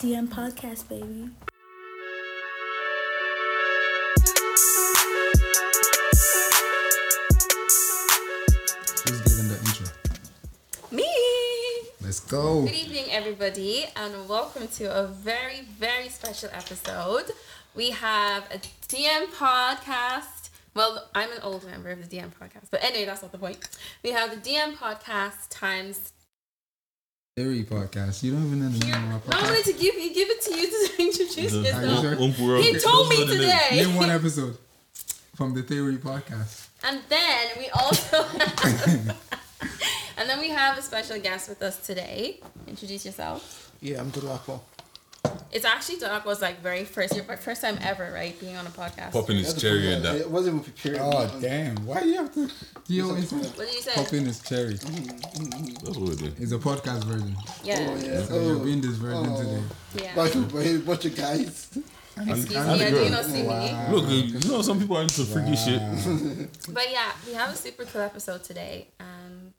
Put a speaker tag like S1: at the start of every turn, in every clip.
S1: damn podcast, baby.
S2: Who's giving the intro?
S3: Me!
S2: Let's go.
S3: Good evening, everybody, and welcome to a very, very special episode. We have a DM podcast. Well, I'm an old member of the DM podcast, but anyway, that's not the point. We have the DM podcast times.
S2: Theory podcast. You don't even know the
S3: No,
S2: name
S3: I
S2: of my podcast.
S3: wanted to give you, give it to you to introduce
S2: Are you
S3: yourself.
S2: sure?
S3: He told me today.
S2: Name one episode from the Theory podcast.
S3: And then we also have, and then we have a special guest with us today. Introduce yourself.
S4: Yeah, I'm Dolapo.
S3: It's actually Doc was like very first your first time ever, right? Being on a podcast.
S5: Popping his cherry and uh, that.
S4: It wasn't even prepared.
S2: Oh damn! Why you have to? You always
S3: What did you say?
S2: pop in his cherry.
S5: That's what we do.
S2: It's a podcast version.
S3: Yeah.
S4: Oh, yeah.
S2: So you're
S4: Oh,
S2: being this version
S4: Oh.
S2: today.
S3: Yeah.
S4: bunch of, bunch- bunch of guys.
S3: Excuse me,
S5: I'm the
S3: I do
S5: girl.
S3: not see me.
S2: Wow.
S5: Look, you know some people are into freaky shit.
S3: But yeah, we have a super cool episode today. And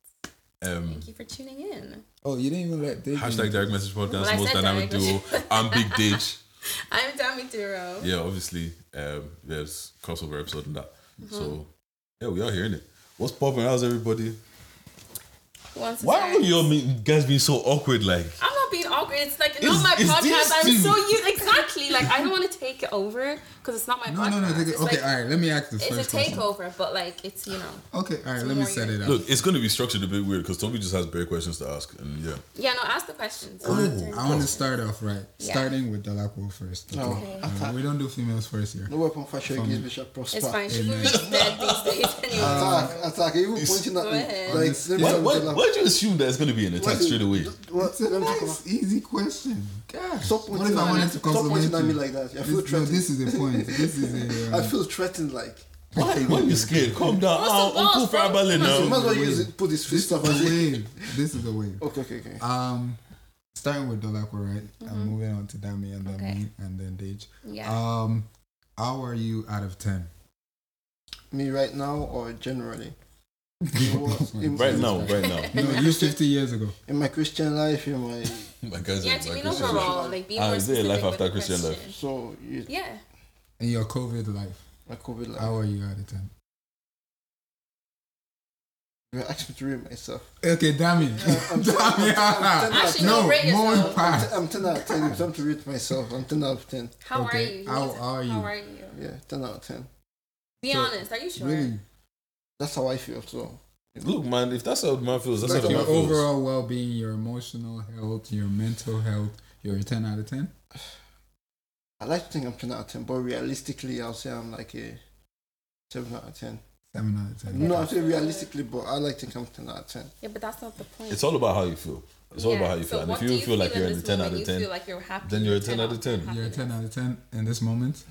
S5: Um,
S3: thank you for tuning in.
S2: Oh, you didn't even let Dave.
S5: hashtag direct message podcast,
S3: Well, I
S5: most
S3: said
S5: dynamic
S3: direct
S5: duo. I'm Big Ditch.
S3: I'm Dami Duro.
S5: Yeah, obviously, um, there's crossover episode and that.
S3: Mm-hmm.
S5: So, yeah, we are hearing it. What's popping? How's everybody?
S3: Who wants to
S5: Why
S3: start?
S5: are you all me- guys being so awkward? Like,
S3: I'm not being awkward. It's like
S5: It's-
S3: not my
S5: it's
S3: podcast.
S5: these
S3: I'm
S5: two.
S3: so used exactly. Like I don't want to take it over because it's not my
S2: No,
S3: podcast.
S2: no, no. Take it.
S3: It's
S2: Okay,
S3: like-
S2: all right. Let me ask this first
S3: It's a
S2: question.
S3: takeover, but like it's you know.
S2: Okay, all right. Let me
S3: more
S2: set
S3: you-
S2: it up.
S5: look, it's going to be structured a bit weird because Toby just has bare questions to ask. And yeah,
S3: Yeah, no. Ask the questions.
S2: Oh, I want to start off right.
S3: Yeah.
S2: Starting with Dolapo first.
S4: No,
S2: okay? Uh, we don't do females first here.
S4: no weapon fashion against Bishop Prosper.
S3: It's fine. She's
S2: Amen.
S3: really dead these days anyway.
S4: Attack,
S2: Um,
S4: attack. Even pointing at
S3: Go
S4: me.
S3: ahead.
S4: Like,
S2: Honest-
S4: let me
S5: why,
S4: talk
S5: why,
S4: about
S5: why do you assume that it's going to be an
S4: Why
S5: attack
S4: do-
S5: straight away?
S4: What,
S2: It's a
S4: let me talk about
S2: nice, easy question. Gosh.
S4: Stop
S2: what if
S4: pointing
S2: I
S4: at me.
S2: wanted to
S4: Stop
S2: compliment
S4: pointing at me
S2: you?
S4: like that. I
S2: This-
S4: feel
S2: no,
S4: threatened.
S2: this is the point. This is a.
S4: I
S2: Uh,
S4: feel threatened, like.
S5: Why, why are you scared? Calm down.
S3: What's the
S5: Ah,
S3: boss,
S5: Uncle
S3: bro?
S5: Farabale
S3: Come on.
S4: You
S5: now.
S4: might as well
S2: wave.
S4: use it, put his
S2: Oh, this
S4: fist
S2: is
S4: up
S2: a
S4: and say.
S2: wave. This is a wave.
S4: Okay, okay, okay.
S2: Um, starting with Dolapo, right? I'm moving on to Dami and then
S3: Mm-hmm. Okay.
S2: me and then Dage.
S3: Yeah.
S2: Um, how are you out of ten?
S4: Me right now or generally?
S5: Right now, right now.
S2: No, you 50 years ago.
S4: In my Christian life, in my.
S5: My guys
S3: yeah.
S5: are
S3: Do you
S5: like,
S3: mean
S5: this is-
S3: overall? Like be
S5: Ah,
S3: more
S5: is there a life
S3: specific with
S5: after
S3: the
S5: Christian life?
S3: question.
S4: So, you,
S3: Yeah.
S2: In your COVID life,
S4: my COVID life.
S2: how are you out of ten?
S4: You asked me to rate myself.
S2: Okay, Dami.
S4: Uh, I'm-
S2: Dami,
S4: I'm- I'm-
S3: Actually,
S2: no,
S3: no, rate
S2: more
S3: yourself.
S4: I'm, t-
S2: pass.
S4: I'm 10 out of 10. If I'm to rate myself, I'm 10 out of 10.
S3: How
S2: Okay,
S3: are you?
S2: how are you?
S3: How are you?
S4: Yeah, 10 out of 10.
S3: Be
S2: So,
S3: honest. Are you sure?
S2: Really,
S4: That's how I feel, so.
S5: Look, man, if that's how the man feels, that's
S2: like
S5: how the
S2: your
S5: man feels.
S2: overall well-being, your emotional health, your mental health, you're a 10 out of 10.
S4: I like to think I'm 10 out of 10, but realistically, I'll say I'm like a 7 out of 10.
S2: 7 out of 10.
S4: No, I'll say realistically, but I like to think I'm 10 out of 10.
S3: Yeah, but that's not the point.
S5: It's all about how you feel. It's all
S3: Yeah,
S5: about how you
S3: so
S5: feel. And
S3: what
S5: if you
S3: do
S5: feel, like
S3: in
S5: you're in the
S3: this
S5: 10 out
S3: moment?
S5: of 10,
S3: you feel like you're happy.
S5: then you're a 10 out of 10.
S2: You're a 10 out of 10 in this moment.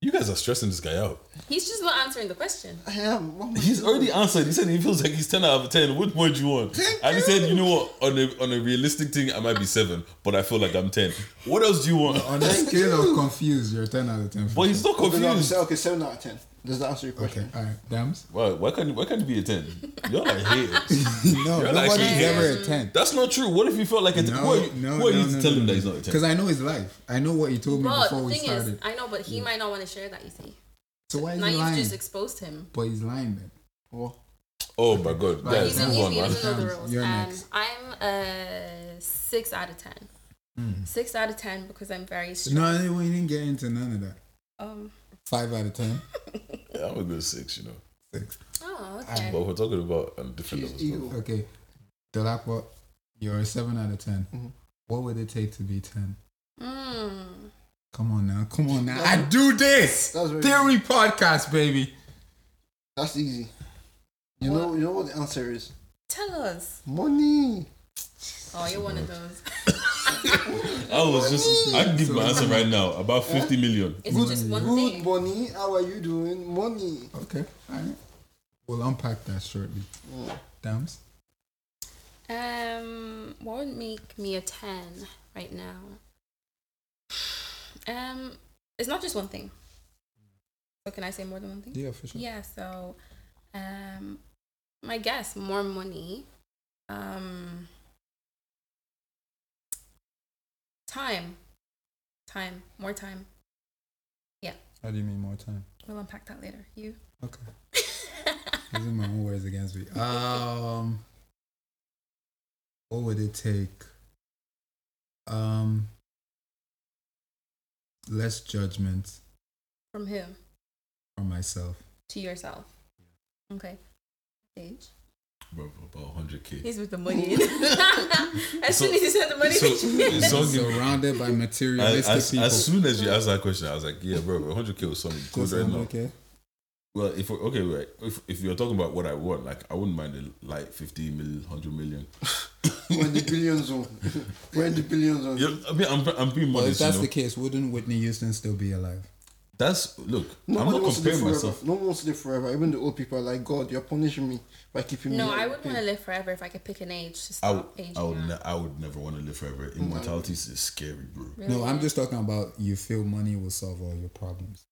S5: you guys are stressing this guy out.
S3: He's just not answering the question.
S4: I am. What am I
S5: He's
S4: doing?
S5: already answered. He said he feels like he's 10 out of 10. What more do you want? And he said, you know what? On a, on a realistic thing, I might be 7, but I feel like I'm 10. What else do you want?
S2: On a scale of confused, you're a 10 out of 10. for
S5: But he's
S2: sure.
S5: so
S4: Okay, no, I'll
S5: confused.
S4: say, okay, 7 out of 10. Does that answer your
S2: Okay,
S4: question?
S2: all right. Dams?
S5: Why, why, can't, why can't he be a 10? Y'all are haters.
S2: no,
S5: You're
S2: nobody's
S5: like, yeah.
S2: ever a 10.
S5: That's not true. What if he felt like a 10?
S2: No,
S5: who are you,
S2: no,
S5: who are
S2: no,
S5: you
S2: no,
S5: to
S2: no,
S5: tell him
S2: no,
S5: that he's not a 10?
S2: Because I know his life. I know what he told me
S3: But
S2: before
S3: the
S2: we
S3: thing
S2: started.
S3: is, I know, but he might not want to share that. You see,
S2: so why is
S3: now
S2: he
S3: you've
S2: lying?
S3: just exposed him.
S2: But he's lying then.
S4: Well,
S5: Oh my god.
S2: Right,
S5: Guys,
S3: He's
S2: Dams,
S5: move on,
S3: he
S5: man.
S3: doesn't know the
S2: Dams,
S3: rules.
S2: you're
S3: Um,
S2: next.
S3: I'm a six out of ten.
S5: Hmm.
S3: Six out of ten because I'm very strong.
S2: No, we didn't get into none of that.
S3: Um,
S2: Five out of ten.
S5: Yeah, I'm a good 6, you know.
S2: Six.
S3: oh, okay.
S5: But we're talking about um, different
S4: she's
S5: levels.
S4: ego.
S2: Okay. Dolapo, you're a seven out of 10
S4: Mhm.
S2: What would it take to be ten?
S5: Ah.
S3: Mm.
S2: Come on now. Come on now. I do this.
S4: That's very
S2: Theory podcast, baby.
S4: That's easy. You know, you know what the answer is?
S3: Tell us.
S4: Money.
S3: Oh, you're one of those.
S5: I was just, I can give my answer right now. About 50 million.
S3: Is it just one
S4: Good
S3: thing?
S4: money. How are you doing? Money.
S2: Okay. All right. We'll unpack that shortly.
S4: Mm.
S2: Dams.
S3: Um, what would make me a ten right now? Um, it's not just one thing. So can I say more than one thing?
S2: Yeah, for sure.
S3: Yeah, so um my guess, more money. Um Time. Time. More time.
S2: How do you mean more time?
S3: We'll unpack that later. You.
S2: Okay. Using my own words against me. Um, what would it take? Um, less judgment
S3: From who?
S2: from myself.
S3: To yourself. Okay. Sage.
S5: Bro, about 100k.
S3: He's with the money. as soon as he said the money,
S5: So, it's all good.
S2: Surrounded by
S5: As,
S2: materialistic
S5: as,
S2: people.
S5: as soon as you asked that question, I was like, yeah, bro, 100k was something good
S2: Just
S5: right now.
S2: okay.
S5: Well, if we're, okay, right. If, if you're talking about what I want, like I wouldn't mind a, like 50 million, 100 million.
S4: We're in the billion zone. We're in the billion zone.
S5: Yeah, I mean, I'm, I'm being
S2: Well, if
S5: modest.
S2: that's
S5: you know?
S2: the case, wouldn't Whitney Houston still be alive?
S5: That's look.
S4: Nobody
S5: I'm not
S4: wants to live
S5: comparing
S4: forever.
S5: myself.
S4: No one wants to live forever. Even the old people are like, God, you're punishing me by keeping me.
S3: No,
S4: here
S3: I
S4: in
S3: would
S4: pain."
S3: want to live forever if I could pick an age to
S5: I would,
S3: stop aging.
S5: I would,
S3: out.
S5: ne- I would never want to live forever. Immortality is scary, bro.
S3: Really?
S2: No, I'm just talking about you feel money will solve all your problems.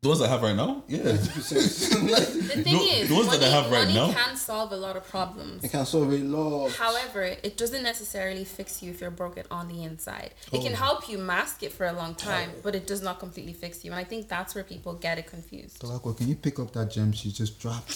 S5: The ones I have right now, yeah.
S4: 90%. Like,
S3: The thing
S5: No,
S3: is,
S5: the ones
S3: money,
S5: that I have right
S3: money
S5: now-
S3: can solve a lot of problems.
S4: It can solve a lot.
S3: However, it doesn't necessarily fix you if you're broken on the inside. It
S5: Oh.
S3: can help you mask it for a long time, but it does not completely fix you. And I think that's where people get it confused.
S2: Kalakwa, can you pick up that gem she just dropped?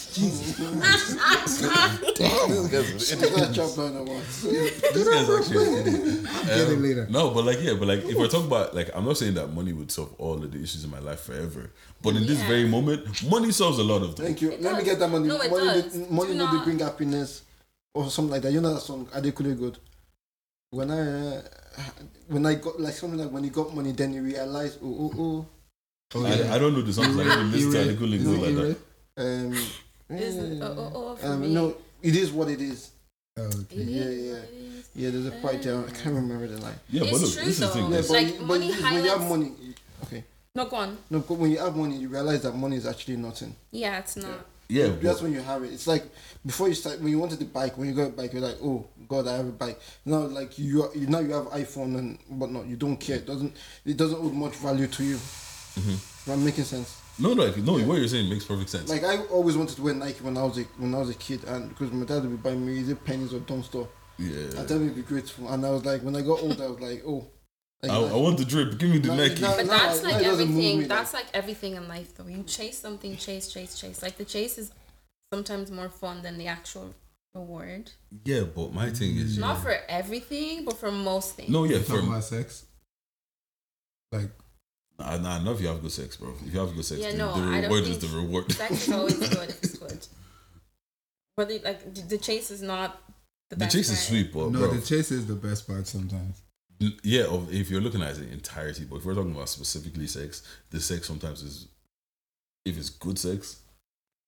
S4: It's not job done at once.
S5: This guy's actually an idiot.
S2: Get it
S5: Um,
S2: later.
S5: No, but like yeah, but like if we're talking about like I'm not saying that money would solve all of the issues in my life forever. But in this
S3: Yeah.
S5: very moment, money solves a lot of them.
S4: Thank you.
S3: It
S4: Let me
S3: does.
S4: get that money.
S3: No, it
S4: money
S3: does.
S4: They, money
S3: Do
S4: no, they
S3: not-
S4: bring happiness or something like that. You know that song, Adekule Good? When I, uh, when I got, like something like when you got money, then you realize, oh, oh,
S2: Oh,
S5: I, I don't know the songs like even listen to
S2: Ire-
S5: Adekunle
S2: is
S5: Gold
S2: it
S5: like that.
S2: Ire?
S4: oh. Um,
S3: Is it-
S4: yeah.
S3: oh, oh, oh, for me.
S4: um, no, it is what it is.
S2: Oh, okay.
S3: It
S4: Yeah,
S3: is
S4: yeah.
S3: what it is.
S4: Yeah, there's a part there. I can't remember the line.
S5: Yeah,
S3: It's
S5: but look,
S3: true,
S5: this is the thing.
S3: though.
S5: this-
S4: but,
S3: Like,
S4: but
S3: money
S4: you- when you have
S3: highlights-
S4: money, okay.
S3: No, go on.
S4: No, but when you have money, you realize that money is actually nothing.
S3: Yeah, it's not.
S5: Yeah,
S4: That's
S5: but,
S4: when you have it. It's like before you start when you wanted the bike, when you got a bike, you're like, oh God, I have a bike. Now like you, you now you have iPhone and whatnot. You don't care. It doesn't it doesn't hold much value to you. Mm-hmm. I'm making sense.
S5: no, no, like, no. What you're saying makes perfect sense.
S4: Like I always wanted to wear Nike when I was a when I was a kid, and because my dad would be buying me either pennies or dumb stuff. I
S5: yeah,
S4: thought it'd be grateful, and I was like, when I got older, I was like, oh.
S5: I,
S4: Like,
S5: I want the drip. Give me the
S4: No,
S5: Nike.
S4: no,
S3: But
S4: no.
S3: that's
S4: no,
S3: like
S4: it doesn't move
S3: everything.
S4: me,
S3: that's like everything in life, though. You chase something, chase, chase, chase. Like the chase is sometimes more fun than the actual reward.
S5: Yeah, but my thing is,
S3: Not for everything, but for most things.
S5: no, yeah,
S2: Talking
S5: for
S2: about sex? Like,
S5: Nah, nah, not if you have good sex, bro. If you have good sex,
S3: Yeah,
S5: the,
S3: no,
S5: the
S3: I don't
S5: reward is the
S3: think
S5: reward.
S3: Sex is always good if it's good. But the, like the- the chase is not the,
S5: the
S3: best
S5: chase is
S3: part.
S5: sweet, but
S2: no,
S5: Oh, bro,
S2: the chase is the best part sometimes.
S5: n- yeah, of- if you're looking at it in entirety, but if we're talking about specifically sex, the sex sometimes is, if it's good sex,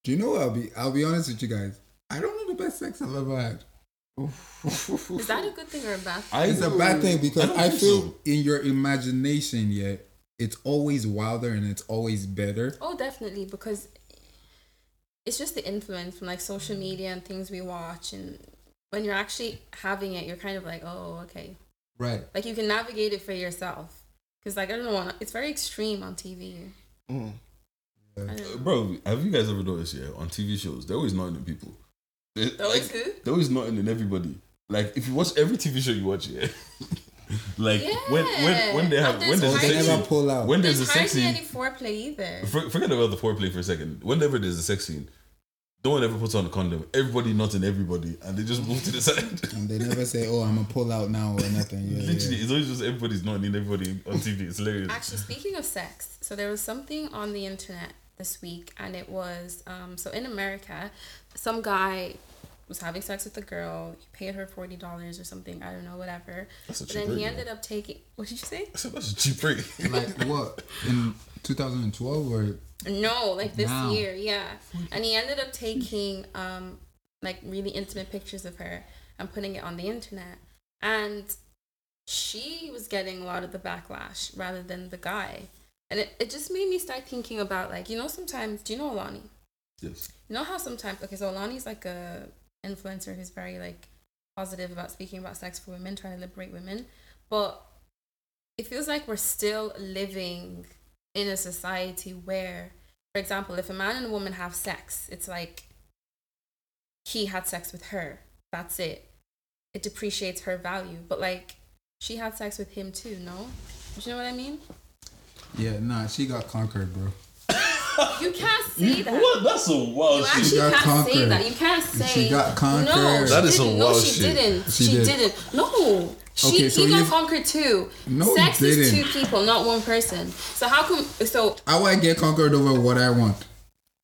S2: Do you know what I'll be? I'll be honest with you guys. I don't know the best sex I've ever had.
S3: Is that a good thing or a bad thing?
S5: I
S2: It's a bad thing because
S5: don't
S2: I,
S5: think
S2: feel
S5: so.
S2: in your imagination, yeah, it's always wilder and it's always better.
S3: Oh, definitely because it's just the influence from like social media and things we watch and when you're actually having it, you're kind of like, oh, okay.
S2: Right.
S3: Like you can navigate it for yourself. Because like I don't know, it's very extreme on TV.
S4: Mm.
S3: I don't know.
S5: bro. Have you guys ever noticed? Yeah, on TV shows, they're always nodding at people. They-
S3: They're always
S5: like,
S3: who?
S5: They're always nodding at everybody. Like if you watch every TV show you watch, yeah. Like when when when they
S3: Yeah.
S5: have
S3: And
S5: when
S3: there's
S5: there's a
S2: They
S5: sex
S2: never
S5: scene,
S2: pull out.
S5: when there's
S3: There's,
S5: a sex
S3: hardly
S5: scene,
S3: any foreplay either.
S5: For, forget about the foreplay for a second. Whenever there's a sex scene, no one ever puts on a condom. Everybody nutting everybody, and they just move to the side.
S2: and they never say, "Oh, I'm gonna pull out now" or nothing. Yeah,
S5: Literally,
S2: yeah.
S5: it's always just everybody's nutting everybody on TV. It's hilarious.
S3: Actually, speaking of sex, so there was something on the internet this week, and it was um, so in America, some guy was having sex with a girl. He paid her forty dollars or something. I don't know, whatever.
S5: That's a
S3: But
S5: cheap
S3: then
S5: rate,
S3: he
S5: man.
S3: ended up taking. What did you say?
S5: So that's a cheap rate.
S2: Like what in 2012 or
S3: No, like this
S2: Wow.
S3: year, yeah. And he ended up taking um like really intimate pictures of her and putting it on the internet. And she was getting a lot of the backlash rather than the guy. And it, it just made me start thinking about like, you know, sometimes do you know Alani?
S5: yes.
S3: You know how sometimes okay, so Alani's like a influencer who's very like positive about speaking about sex for women, trying to liberate women. But it feels like we're still living in a society where, for example, if a man and a woman have sex, it's like he had sex with her. That's it. It depreciates her value. But like she had sex with him too, no? Do you know what I mean?
S2: Yeah, nah, she got conquered, bro.
S3: You can't say that.
S5: What? That's a
S3: You
S5: wild
S3: actually
S5: shit.
S2: Oh, got
S3: can't say
S2: conquered.
S3: that. You can't say
S2: She got conquered.
S3: No, she
S5: That is some
S3: didn't. no,
S5: wild
S3: she
S5: shit.
S3: didn't.
S2: She
S3: She,
S2: did.
S3: didn't. No. She,
S2: Okay,
S3: he
S2: so
S3: got
S2: you-
S3: conquered too.
S2: No, you
S3: Sex is two
S2: didn't.
S3: people, not one person. So how come? So
S2: I want to get conquered over what I want,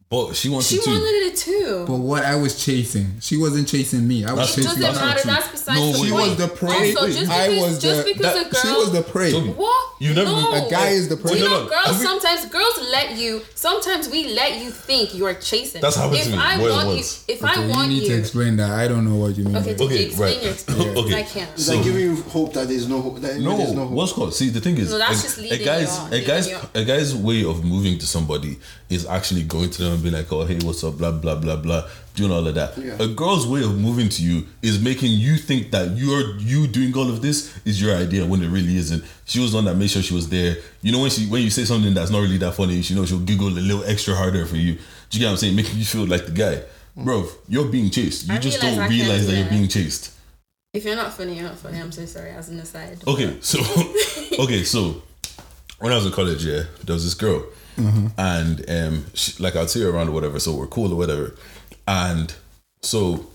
S5: But she wants
S3: she
S5: it too.
S3: wanted it too.
S2: but what I was chasing, she wasn't chasing me. I was
S5: That's-
S2: chasing.
S3: doesn't
S5: that's not
S3: matter.
S5: true.
S3: That's besides
S5: No,
S3: the
S5: she
S3: point.
S5: was
S2: the prey.
S3: Also, just because,
S2: I was
S3: just
S2: the-
S3: because
S5: that-
S3: a girl.
S2: She was the prey.
S5: Toby.
S3: What?
S5: You never-
S3: No.
S5: A
S2: guy is the
S3: Do you
S2: prey.
S3: know,
S5: Hold on.
S3: girls
S5: Have we-
S3: sometimes girls let you. Sometimes we let you think you are chasing.
S5: That's happened
S3: if
S5: to me
S3: I
S5: more than
S3: want
S5: once.
S3: You, if
S2: Okay,
S3: I want
S2: you
S3: you,
S2: need to explain that. I don't know what you mean.
S3: okay,
S2: by
S3: did
S2: that.
S5: Okay,
S3: you explain
S5: right.
S3: your experience?
S5: Okay.
S3: I can't.
S4: It's
S5: So-
S4: like giving you hope that there's no hope. That
S5: No,
S4: there's no hope.
S5: what's called? See, the thing is,
S3: No, that's
S5: a,
S3: just
S5: a
S3: leading
S5: guy's
S3: you on,
S5: a guy's
S3: leading you
S5: a guy's way of moving to somebody is actually going to them and being like, "Oh, hey, what's up?" Blah blah blah blah, doing all of that.
S4: Yeah.
S5: A girl's way of moving to you is making you think that you're you doing all of this is your idea when it really isn't. She was the one that made sure she was there. You know, when she when you say something that's not really that funny, she knows she'll giggle a little extra harder for you. Do you get what I'm saying? Making you feel like the guy, bro. You're being chased. You
S3: I
S5: just
S3: realize
S5: don't
S3: I can't
S5: realize
S3: do
S5: that you're
S3: that.
S5: being chased.
S3: If you're not funny, you're not funny. I'm so sorry. As an aside.
S5: Okay, so okay, so when I was in college, yeah, there was this girl, and um, she, like I'd see her around or whatever, so we're cool or whatever, and so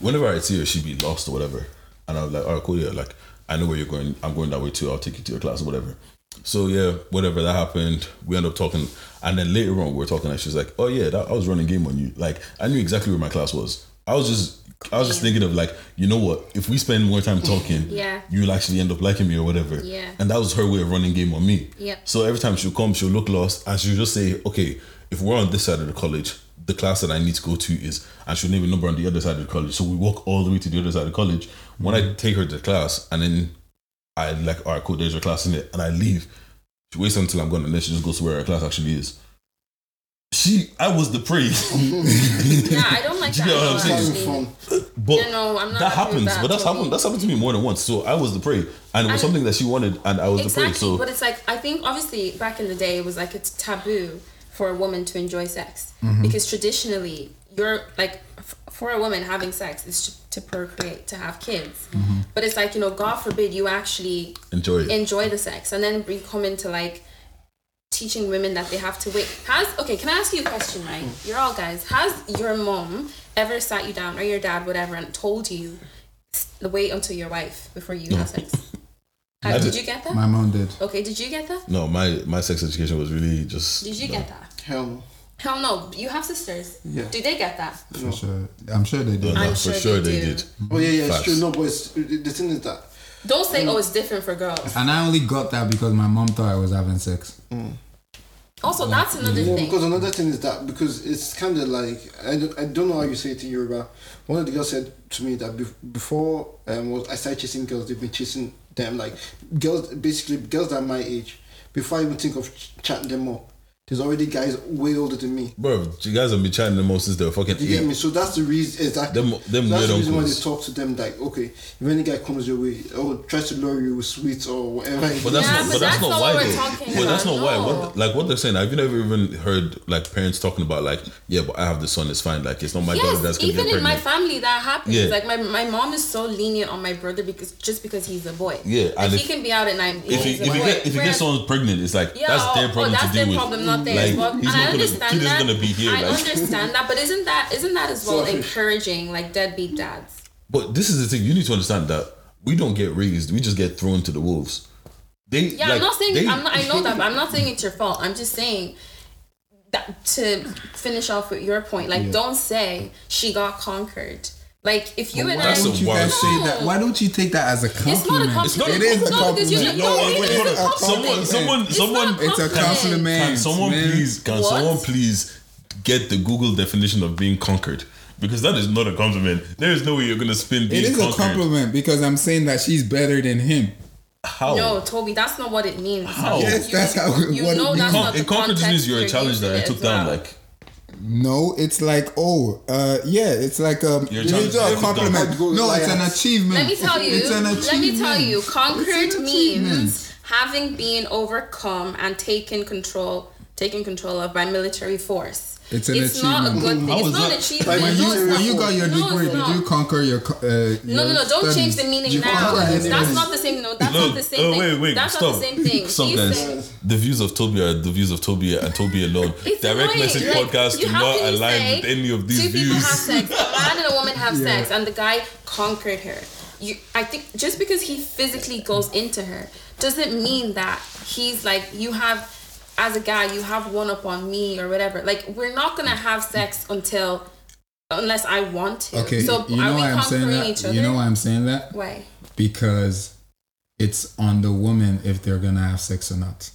S5: whenever I'd see her, she'd be lost or whatever, and I was like, all right, cool, yeah, like I know where you're going, I'm going that way too, I'll take you to your class or whatever. So yeah, whatever that happened, we end up talking, and then later on we were talking, and she's like, oh yeah, that, I was running game on you, like I knew exactly where my class was. I was just, I was just thinking of like, you know what? If we spend more time talking,
S3: Yeah.
S5: you'll actually end up liking me or whatever.
S3: Yeah.
S5: And that was her way of running game on me.
S3: Yep.
S5: So every time she'll come, she'll look lost and she'll just say, okay, if we're on this side of the college, the class that I need to go to is, and she'll name a number on the other side of the college. So we walk all the way to the other side of the college. When I take her to class and then I like, all right, cool, there's your class in it. And I leave. She waits until I'm gone and then she just goes to where her class actually is. She, I was the prey.
S3: Yeah, I don't like
S5: Do
S3: that.
S5: you get what I'm
S3: at all,
S5: saying?
S4: Having
S3: actually.
S4: fun.
S5: But
S3: Yeah, no, I'm not
S5: that
S3: happy with
S5: happens.
S3: that
S5: but that's
S3: totally.
S5: happened. That's happened to me more than once. So I was the prey, and it was
S3: And-
S5: something that she wanted, and I was the prey.
S3: Exactly,
S5: So
S3: but it's like I think obviously back in the day it was like it's taboo for a woman to enjoy sex because traditionally you're like f- for a woman having sex is to, to procreate to have kids, but it's like you know God forbid you actually
S5: enjoy it.
S3: enjoy the sex and then we come into like teaching women that they have to wait has okay can i ask you a question right
S4: Mm.
S3: you're all guys has your mom ever sat you down or your dad whatever and told you s- wait until your wife before you have sex Have- did
S5: did-
S3: you get that
S2: My mom did.
S3: okay did you get that
S5: no, my my sex education was really just.
S3: did you get that
S4: Hell no.
S3: hell no you have sisters
S4: Yeah.
S3: do they get that
S2: For sure. I'm sure they did.
S5: No,
S3: I'm
S5: for
S3: sure they
S5: sure they,
S3: do.
S5: did.
S4: Oh yeah, yeah, it's
S5: Facts.
S4: true. No, but it's, the thing is that
S3: don't say oh it's different for girls
S2: And I only got that because my mom thought I was having sex.
S3: also that's another
S4: No,
S3: thing
S4: because another thing is that because it's kind of like I don't, I don't know how you say it in Yoruba. One of the girls said to me that bef- before um, was, I started chasing girls, they've been chasing them like girls, basically girls that are my age. Before I even think of ch- chatting them up, there's already guys way older than me.
S5: Bro, you guys have been chatting the most since they were fucking
S4: You get me?
S5: eight.
S4: So that's the reason. Exactly.
S5: Them- them
S4: that's the
S5: weird
S4: reason why they
S5: uncles.
S4: talk to them like, okay, if any guy comes your way or tries to lure you with sweets or whatever.
S5: But that's
S3: Yeah,
S5: not.
S3: but
S5: But, that's,
S3: that's
S5: not
S3: not
S5: why.
S3: what we're
S5: Though.
S3: talking
S5: But that's
S3: about,
S5: not why.
S3: no.
S5: What, like what they're saying. I've never even heard like parents talking about like, yeah, but I have the son. It's fine. Like it's not my daughter that's
S3: Yes,
S5: gonna
S3: even
S5: get
S3: in my
S5: pregnant.
S3: family that happens.
S5: Yeah.
S3: Like my, my mom is so lenient on my brother because just because he's a boy.
S5: Yeah,
S3: like
S5: and
S3: he
S5: if-
S3: can be out at night.
S5: if you,
S3: he's a
S5: if you
S3: boy.
S5: get if you get
S3: Whereas-
S5: someone pregnant, it's like
S3: yeah,
S5: that's their
S3: oh,
S5: problem
S3: oh, that's
S5: to deal
S3: their
S5: with.
S3: problem, not theirs.
S5: Like,
S3: Well,
S5: he's
S3: and I
S5: not gonna-
S3: understand
S5: kid
S3: that.
S5: isn't gonna be here,
S3: I
S5: like-
S3: understand that, but isn't that isn't that as well
S4: Selfish.
S3: encouraging like deadbeat dads?
S5: But this is the thing you need to understand that we don't get raised; we just get thrown to the wolves. They
S3: Yeah,
S5: like,
S3: I'm not saying
S5: they-
S3: I'm not, I know that, but I'm not saying it's your fault. I'm just saying that to finish off with your point, like don't say she got conquered. Like if you and
S2: Why
S3: I,
S5: Oh, That's a
S2: don't you
S5: wild
S2: guys say
S5: shit.
S2: that? Why don't you take that as a compliment?
S3: It's not a compliment.
S5: It's not a-
S2: It is a
S3: No, because you
S2: compliment.
S3: should- No,
S5: wait,
S3: it
S5: wait,
S3: is
S5: hold
S3: a
S5: on.
S3: compliment.
S5: Someone, someone,
S3: It's
S5: someone.
S3: not a
S2: It's a
S3: Compliment.
S2: compliment.
S5: Can someone
S2: man.
S5: please? Can
S3: What?
S5: someone please get the Google definition of being conquered? Because that is not a compliment. There is no way you're gonna spin being
S2: It is a
S5: conquered.
S2: compliment because I'm saying that she's better than him.
S5: How?
S3: No, Toby, that's not what it means.
S5: Oh. How? Yes,
S2: that's how it-
S3: you
S2: what it
S3: know
S2: means.
S3: that's
S5: Con-
S3: not the
S5: it conquered just means
S3: context
S5: you're a challenge
S3: using
S5: that I
S3: it
S5: took
S3: as
S5: down.
S3: well.
S5: Like
S2: No, it's like oh, uh, yeah, it's like um,
S5: You're
S2: it's
S5: trying to
S2: a
S5: say
S2: compliment.
S4: it's done.
S2: No, it's an
S4: Liars.
S2: achievement.
S3: Let me tell you.
S2: it's an achievement.
S3: let me tell you.
S2: It's
S3: Conquered
S2: an
S3: means having been overcome and taken control, taken control of by military force.
S2: It's an
S3: It's not a
S2: achievement.
S3: good thing.
S5: How
S3: It's
S5: is
S3: not an
S5: that-
S3: achievement.
S2: Like when
S3: No,
S2: you
S3: it's
S2: when
S3: not.
S2: you got your
S3: No, it's
S2: degree,
S3: not.
S2: did you conquer your? co- Uh,
S3: No, no, no! Don't change the meaning now.
S4: can't.
S3: That's not the same. No, that's not the same
S5: oh,
S3: thing.
S5: wait, wait,
S3: that's
S5: stop.
S3: not the same thing.
S5: Stop,
S3: He
S5: guys.
S3: said-
S5: The views of Toby are the views of Toby and Toby alone.
S3: It's
S5: Direct
S3: annoying.
S5: message
S3: Like,
S5: podcasts
S3: you-
S5: do
S3: how
S5: not
S3: can you
S5: align
S3: say
S5: with any of these
S3: two people have
S5: views.
S3: sex, a man and a woman have
S2: Yeah.
S3: sex, and the guy conquered her. You, I think just because he physically goes into her doesn't mean that he's like you have, as a guy, you have one up on me or whatever. Like we're not gonna have sex until, unless I want to.
S2: Okay,
S3: So
S2: you
S3: are
S2: know
S3: we
S2: why I'm saying
S3: conquering
S2: that.
S3: each other?
S2: You know why I'm saying that
S3: why?
S2: because it's on the woman if they're gonna have sex or not.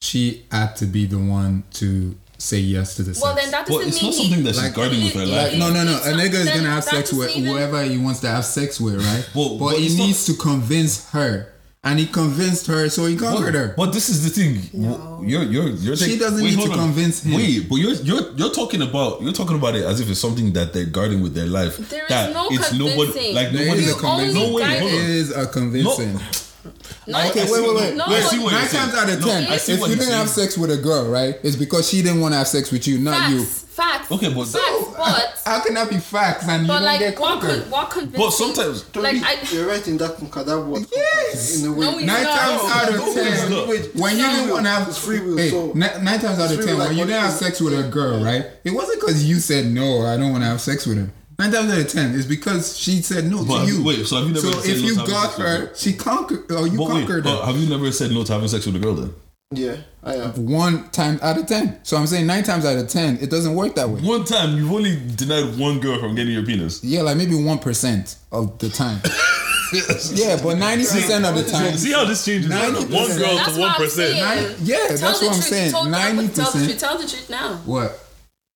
S2: She had to be the one to say yes to the sex.
S3: Well, then that doesn't
S5: Well, it's
S3: mean
S5: not
S3: he-
S5: something that she's
S2: Like-
S5: guarding with her life.
S2: Like, no, no, no.
S3: It's
S2: A
S3: not-
S2: nigga is
S3: then
S2: gonna have
S3: that
S2: sex
S3: doesn't
S2: with
S3: even-
S2: whoever he wants to have sex with, right?
S5: Well,
S2: but
S5: but
S2: he
S5: it's not-
S2: needs to convince her, and he convinced her, so he
S5: But-
S2: conquered her.
S5: But this is the thing. No. You're you're you're.
S2: She
S5: saying-
S2: doesn't need
S5: hold
S2: to convince him.
S5: Wait, but you're you're you're talking about you're talking about it as if it's something that they're guarding with their life.
S3: There is
S5: that
S3: no
S5: it's nobody
S3: convincing.
S5: like
S2: There
S5: nobody.
S2: is a
S3: You only
S2: convincing.
S5: No way.
S3: guide-
S5: Hold
S2: It
S5: on.
S2: is a convincing.
S5: No.
S3: No,
S2: Okay,
S3: it's-
S2: wait, wait, wait.
S3: No,
S5: I
S2: wait.
S5: see what
S2: Nine
S5: you're
S2: times
S5: saying.
S2: out of
S5: No,
S2: ten,
S5: I
S2: if
S5: see
S2: you
S5: what you're
S2: didn't have
S5: saying.
S2: sex with a girl, right, it's because she didn't want to have sex with you, not
S3: facts,
S2: you.
S3: facts.
S5: Okay, but-
S3: facts, but
S2: How can that be facts and you
S3: But
S2: don't
S3: like,
S2: get
S3: what
S2: conquered?
S3: could, what could
S5: But sometimes-
S3: like, I,
S4: you're right in that conquer that word.
S2: Yes.
S4: in a way.
S3: No, we-
S2: Nine
S3: No,
S2: times
S3: no,
S2: out
S5: no,
S2: of ten,
S5: no.
S2: when you
S4: It's
S2: didn't
S4: free
S2: want to
S4: will.
S2: have
S4: It's free will,
S2: hey,
S4: so-
S2: ni- nine times out
S4: It's
S2: of
S4: free
S2: ten,
S4: will, like,
S2: when you
S4: what
S2: didn't have
S4: is-
S2: sex with a girl, right? It wasn't because you said no, I don't want to have sex with him. Nine times out of ten, it's because she said no to
S5: But
S2: you.
S5: wait, so have you never
S2: So
S5: said
S2: if
S5: no
S2: you
S5: to having
S2: got
S5: sex with a
S2: her,
S5: girl?
S2: she conquered. Oh, you
S5: But wait,
S2: conquered
S5: but
S2: her.
S5: have you never said no to having sex with a girl then?
S4: Yeah, I am.
S2: One time out of ten. So I'm saying nine times out of ten, it doesn't work that way.
S5: One time, you've only denied one girl from getting your penis.
S2: Yeah, like maybe one percent of the time. yeah, but ninety percent of the time.
S5: See how this changes? One
S2: 90%.
S5: girl
S3: That's what
S5: to one
S3: I'm
S5: percent.
S3: saying.
S2: Nine- yeah,
S3: Tell
S2: that's
S3: the
S2: what I'm
S3: truth.
S2: saying.
S3: Tell,
S2: Ninety
S3: Tell the truth.
S2: percent.
S3: Tell the truth now.
S2: What?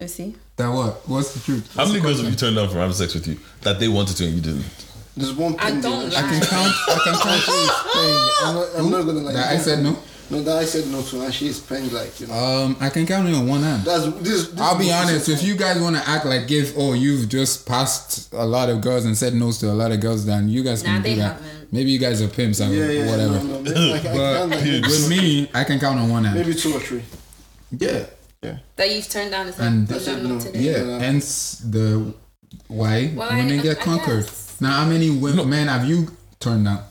S3: You see?
S2: That what? What's the truth?
S5: How many girls have you turned down from having sex with you that they wanted to and you didn't?
S4: There's one
S3: I
S4: pending.
S3: don't
S2: I can
S3: lie.
S2: count. I can count each thing.
S4: I'm not, I'm not gonna like.
S2: That I said no.
S4: No, that I said no to, and she's paying like you know.
S2: Um, I can count it on one hand.
S4: That's this. this
S2: I'll be
S4: is-
S2: honest. If you guys want to act like if oh you've just passed a lot of girls and said no to a lot of girls, then you guys
S3: Nah,
S2: can do
S3: they
S2: that.
S3: haven't.
S2: Maybe you guys are pimps and
S4: yeah, yeah,
S2: whatever.
S4: No, no, maybe, like, I
S2: But-
S4: can, like,
S2: With me, I can count on one hand.
S4: maybe two or three.
S2: Yeah,
S4: Yeah.
S3: That you've turned down is like,
S2: And-
S3: no, no, no, today.
S2: yeah.
S4: Yeah.
S2: Hence the why
S3: Well, I-
S2: women get
S3: I
S2: conquered.
S3: guess.
S2: Now, how many women, men have you turned down?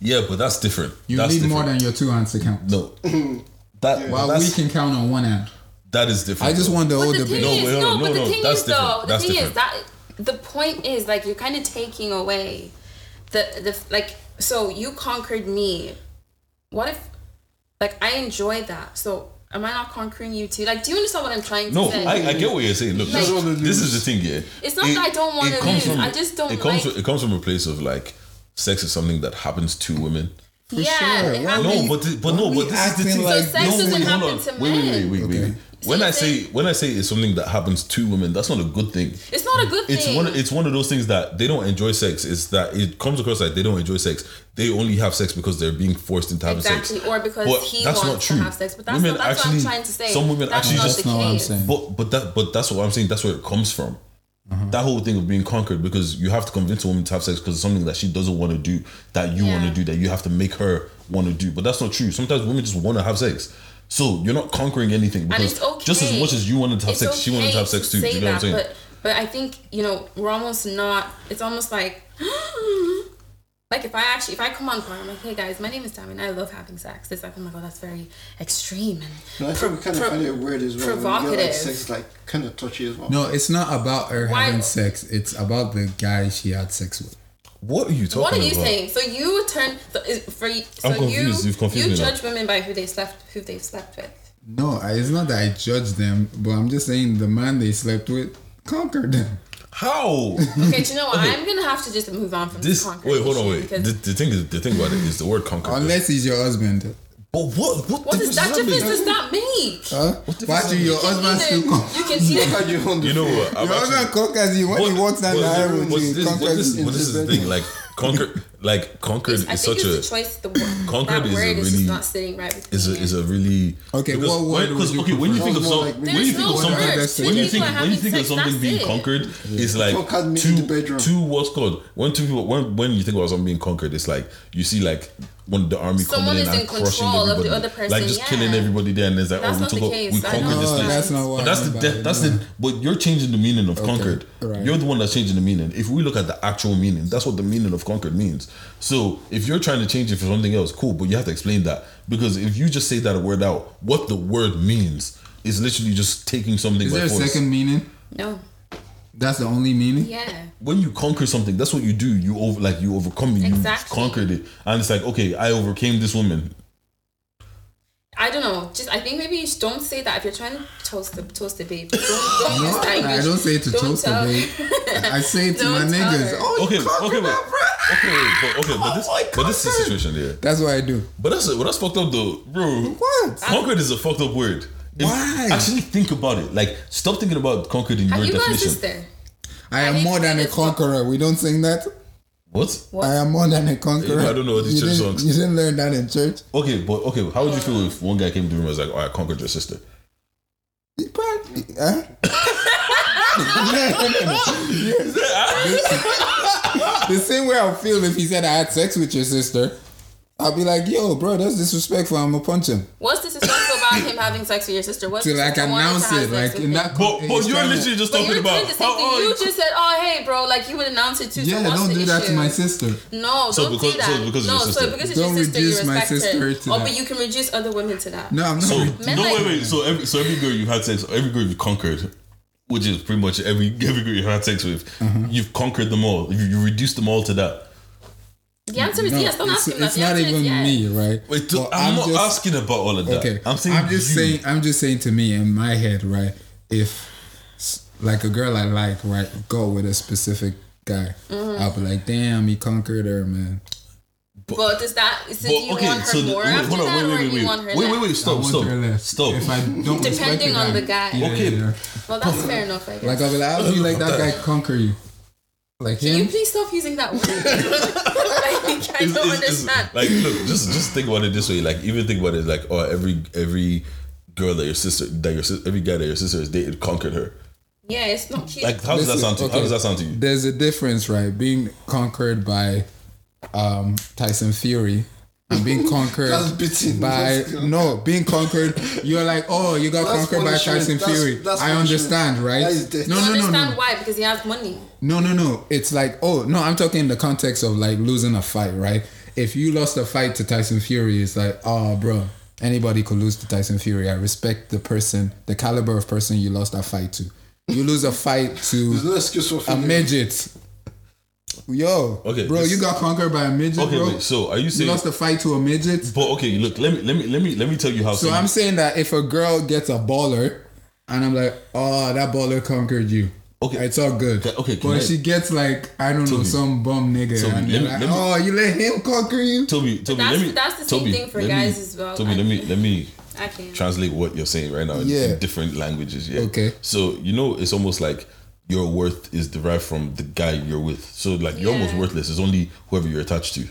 S5: Yeah, but that's different.
S2: You
S5: that's
S2: need
S5: different.
S2: more than your two hands to count.
S5: no. That
S2: While we
S5: that's,
S2: can count on one hand.
S5: that is different.
S2: I just
S5: though.
S2: want the
S3: But
S2: old
S3: the
S2: debate.
S3: thing
S5: No,
S3: is, no,
S5: wait, hold on,
S3: but
S5: no,
S3: the
S5: no,
S3: thing
S5: that's
S3: is though,
S5: different.
S3: the
S5: That's
S3: thing is
S5: different.
S3: that the point is like you're kind of taking away the the like so you conquered me. What if like I enjoy that? So am I not conquering you too? Like, do you understand what I'm trying to
S5: No,
S3: say?
S5: I, I get what you're saying. Look,
S3: Like-
S5: this, this is the thing, yeah.
S3: It's not that I don't wanna
S5: it comes
S3: lose, I just don't
S5: It comes.
S3: like-
S5: From, it comes from a place of like, sex is something that happens to women.
S3: yeah,
S2: sure.
S3: it
S2: Why would
S3: happens.
S5: No,
S2: we-
S5: but thi- but
S2: why
S5: no,
S2: we
S5: but this is the
S2: acting
S5: thing.
S2: like So
S3: sex
S5: no,
S3: doesn't
S5: wait, hold
S3: happen
S5: on.
S3: to
S5: wait,
S3: men.
S5: wait, wait, wait, wait.
S2: Okay.
S5: When
S3: See,
S5: I
S3: the
S5: say
S3: thing-
S5: when I say it's something that happens to women, that's not a good thing.
S3: It's not a good
S5: It's
S3: thing.
S5: one. It's one of those things that they don't enjoy sex. It's that it comes across like they don't enjoy sex. They only have sex because they're being forced into having
S3: Exactly,
S5: sex.
S3: or because
S5: But
S3: he wants to have sex. But that's,
S5: Women
S3: not, that's
S5: actually-
S3: what I'm trying to say.
S5: Some women
S3: that's
S5: actually
S3: not
S5: just
S3: the
S2: That's not what I'm
S3: case.
S2: saying.
S5: but but that but that's what I'm saying. That's where it comes from. That whole thing of being conquered because you have to convince a woman to have sex because it's something that she doesn't want to do that you want to
S3: Yeah.
S5: do that you have to make her want to do. But that's not true. Sometimes women just want to have sex. So you're not conquering anything because
S3: it's okay.
S5: just as much as you wanted to have
S3: It's
S5: sex, she wanted
S3: okay
S5: to have sex too. Do
S3: say
S5: you know what I'm
S3: that,
S5: saying?
S3: But, but I think you know we're almost not. It's almost like like if I actually if I come on par, I'm like, hey guys, my name is Damien. I love having sex. It's like, oh my god, that's very extreme and
S4: No, I think we kind of
S3: Pro-
S4: find it weird as well. when you get, like,
S3: provocative.
S4: sex like kind of touchy as well.
S2: No, it's not about her
S3: Why-
S2: having sex. It's about the guy she had sex with.
S5: what are you talking
S3: what are you
S5: about?
S3: saying? So you turn so is- for so
S5: confused.
S3: you
S5: You've confused
S3: you
S5: me now.
S3: judge women by who they slept who they've slept with.
S2: No, I- it's not that I judge them, but I'm just saying the man they slept with conquered them.
S5: How?
S3: Okay, do you know what? I'm gonna have to just move on from this.
S5: this
S3: conquer
S5: wait, hold on,
S3: issue
S5: wait.
S3: because
S5: The, the thing is, the thing about it is the word conquered.
S2: Unless he's your husband.
S5: but what? What,
S3: what does that difference
S5: make?
S3: does that make?
S2: Huh? But you, your husband
S3: Either-
S2: still con-
S3: you can either
S4: Look at you on the
S5: You know what? I've
S2: Your
S5: actually-
S2: husband conquers you when he walks down the
S5: what's-
S2: highway with
S5: what's
S2: you.
S5: this-
S2: he
S5: what
S2: conquers
S5: this-
S2: you.
S5: what this is the thing? Like conquered, like conquered
S3: I
S5: is
S3: think
S5: such
S3: it's
S5: a
S3: the choice. The word,
S5: Conquered
S3: that
S5: is a
S3: word is just
S5: really-
S3: not sitting right with
S5: is a,
S3: me.
S5: is a really
S2: Okay,
S5: Because
S2: what
S5: when-
S2: word would
S5: 'cause,
S2: you
S5: okay, when you
S2: prefer?
S5: think of
S4: Sounds
S5: some,
S4: more like
S5: when
S3: There's
S5: you think
S3: no
S5: of something,
S2: word.
S3: words.
S2: Two
S3: Two
S5: when you
S3: people
S5: think
S3: are
S5: when you
S3: having
S5: think of
S3: sex,
S5: something
S3: that's
S5: being
S3: it.
S5: conquered, it's like
S4: Conquered me in the
S5: two
S4: bedroom.
S5: two what's called when two people when when you think about something being conquered, it's like you see like when the army
S3: Someone
S5: coming
S3: is
S5: in and
S3: in
S5: crushing
S3: control of the
S5: everybody,
S3: other person,
S5: like just
S3: yeah.
S5: killing everybody there, and it's like,
S3: That's
S5: oh, we
S3: not
S5: took,
S3: the
S5: o- we
S3: case. I
S5: conquered
S3: know
S5: this
S3: that.
S5: place.
S2: that's not what
S5: But
S2: I
S5: that's the
S2: meant by
S5: de-
S2: it,
S5: that's
S2: no.
S5: the but you're changing the meaning of conquered.
S2: right.
S5: You're the one that's changing the meaning. If we look at the actual meaning, that's what the meaning of conquered means. So if you're trying to change it for something else, cool, but you have to explain that because if you just say that word out, what the word means is literally just taking something
S2: Is
S5: by
S2: there a
S5: force.
S2: second meaning?
S3: No.
S2: That's the only meaning.
S3: Yeah.
S5: when you conquer something, that's what you do. You over like you overcome it.
S3: Exactly.
S5: You conquered it, and it's like okay, I overcame this woman.
S3: I don't know. Just I think maybe you sh- don't say that if you're trying to toast the toast the babe. Don't, don't
S2: No,
S3: use that
S2: I
S3: English.
S2: don't say it to
S3: Don't
S2: toast
S3: tell-
S2: away. I say it to my
S3: Don't tell
S2: niggas.
S3: her.
S2: Oh,
S5: Okay,
S2: you conquered
S5: okay, wait.
S2: that, bruh.
S5: Okay, but, okay, but this,
S2: I
S5: but this is the
S2: conquered.
S5: situation there.
S2: That's what I do.
S5: But that's well, that's fucked up though, bro.
S2: What?
S5: Conquered is a fucked up word. If-
S2: Why?
S5: Actually, think about it. Like, stop thinking about conquered in
S3: Have
S5: your
S3: you got a
S5: definition.
S3: sister?
S2: I
S3: I
S2: am
S3: need
S2: more
S3: to
S2: than a
S3: sing this song.
S2: conqueror. We don't sing that.
S5: What?
S3: What?
S2: I am more than a conqueror.
S5: I don't know what these
S2: you
S5: church
S2: didn't-
S5: songs.
S2: You didn't learn that in church.
S5: Okay, but okay. How would you feel if one guy came to me and was like, "All right, conquered your sister"?
S2: You probably, huh? No, no, no, no. Yes. the same way I would feel if he said I had sex with your sister. I'll be like, yo, bro, that's disrespectful. I'm gonna punch him
S3: What's disrespectful about him having sex with your sister? What's
S2: till like
S3: disrespectful wanting to
S2: announce
S3: have
S2: it,
S3: sex
S2: like
S3: with
S2: in
S3: him?
S2: that.
S5: But but
S2: he's
S5: you're
S2: trying to-
S5: literally just
S3: But
S5: talking
S3: you're
S5: about
S3: doing the same
S5: how-
S3: thing.
S5: oh,
S3: you
S5: you-
S3: just said, "Oh, hey, bro, like you would announce it too." so
S2: yeah,
S3: what's
S2: don't
S3: the
S2: do that
S3: issue?
S2: to my sister.
S3: No,
S5: So
S3: don't
S5: because-
S3: do that.
S5: so because it's
S3: no,
S5: your
S3: so
S5: sister.
S3: because it's
S2: Don't
S3: your sister, you
S2: reduce my
S3: respect her.
S2: sister to
S3: oh,
S2: that.
S3: but you can reduce other women to that.
S2: No, I'm not.
S5: So
S2: ready.
S5: oh, no,
S3: like-
S5: wait, wait. So every so every girl you've had sex, every girl you've conquered, which is pretty much every every girl you've had sex with,
S2: Mm-hmm.
S5: you've conquered them all. You, you reduced them all to that.
S3: The answer is
S2: No,
S3: yes. Don't
S2: it's,
S3: ask him that.
S2: it's
S3: The
S2: not
S3: answer is
S2: even
S3: yes.
S2: me, right?
S5: Wait, do-
S2: But
S5: I'm, not
S2: just-
S5: asking about all of that.
S2: Okay,
S5: I'm saying
S2: just
S5: you.
S2: saying. I'm just saying to me in my head, right? If s- like a girl I like, right, go with a specific guy,
S3: Mm-hmm.
S2: I'll be like, damn, he conquered her, man.
S3: But does that? So do
S5: But,
S3: you want her
S5: the-
S3: more
S5: wait,
S3: after
S5: hold on,
S3: that, or
S5: wait, wait,
S3: do
S5: wait,
S3: you want her
S5: wait, wait, wait,
S3: less?
S2: I
S5: stop,
S2: want
S5: stop,
S2: her less.
S5: stop.
S2: If I don't respect
S3: Depending on the guy.
S2: yeah,
S5: Okay.
S2: yeah, yeah.
S3: Well, that's fair enough. I guess.
S2: like I'll be like, how do you like that guy conquer you? Like
S3: Can you
S2: him?
S3: please stop using that word? like, I
S5: It's-
S3: don't
S5: it's- it's-
S3: understand.
S5: like, look, just just think about it this way. Like, even think about it like, oh, every every girl that your sister that your sis- every guy that your sister has dated conquered her.
S3: yeah, it's not cute.
S5: Like, how does that
S2: Listen,
S5: sound to? you? How
S2: okay.
S5: does that sound to you?
S2: There's a difference, right? Being conquered by um, Tyson Fury and being conquered
S4: That's beating.
S2: by
S4: That's-
S2: no being conquered. You're like, oh, you got
S4: That's
S2: conquered by
S4: punishment.
S2: Tyson
S4: That's-
S2: Fury.
S4: that's
S2: I understand,
S4: punishment.
S2: right?
S4: That is death.
S2: No,
S3: I
S2: no, no,
S3: understand
S2: no,
S3: why because he has money.
S2: no, no, no. It's like, oh, no. I'm talking in the context of like losing a fight, right? If you lost a fight to Tyson Fury, it's like, oh, bro, anybody could lose to Tyson Fury. I respect the person, the caliber of person you lost that fight to. You lose a fight to
S4: There's no excuse for
S2: a
S4: feeling.
S2: midget. Yo,
S5: Okay,
S2: bro,
S5: this-
S2: you got conquered by a midget,
S5: Okay,
S2: bro.
S5: wait. So, are you
S2: you
S5: saying?
S2: lost a fight to a midget.
S5: but okay, look. Let me let me let me let me tell you how.
S2: So
S5: some-
S2: I'm saying that if a girl gets a baller, and I'm like, oh, that baller conquered you.
S5: Okay.
S2: it's all good.
S5: Okay, okay, can
S2: but
S5: I-
S2: she gets like I don't know
S5: Toby.
S2: some bum nigga,
S5: Toby,
S2: and
S5: let
S2: you're
S5: me-
S2: like,
S5: let me-
S2: oh, you let him conquer you.
S5: Toby, Toby,
S3: that's-
S5: let me.
S3: that's the same
S5: Toby,
S3: thing for
S5: let
S3: guys
S5: me,
S3: as well.
S5: Toby, let me let me
S3: I can't.
S5: translate what you're saying right now in,
S2: Yeah.
S5: in different languages. Yeah.
S2: Okay.
S5: So you know, it's almost like your worth is derived from the guy you're with. So like you're almost
S3: Yeah.
S5: worthless. It's only whoever you're attached to.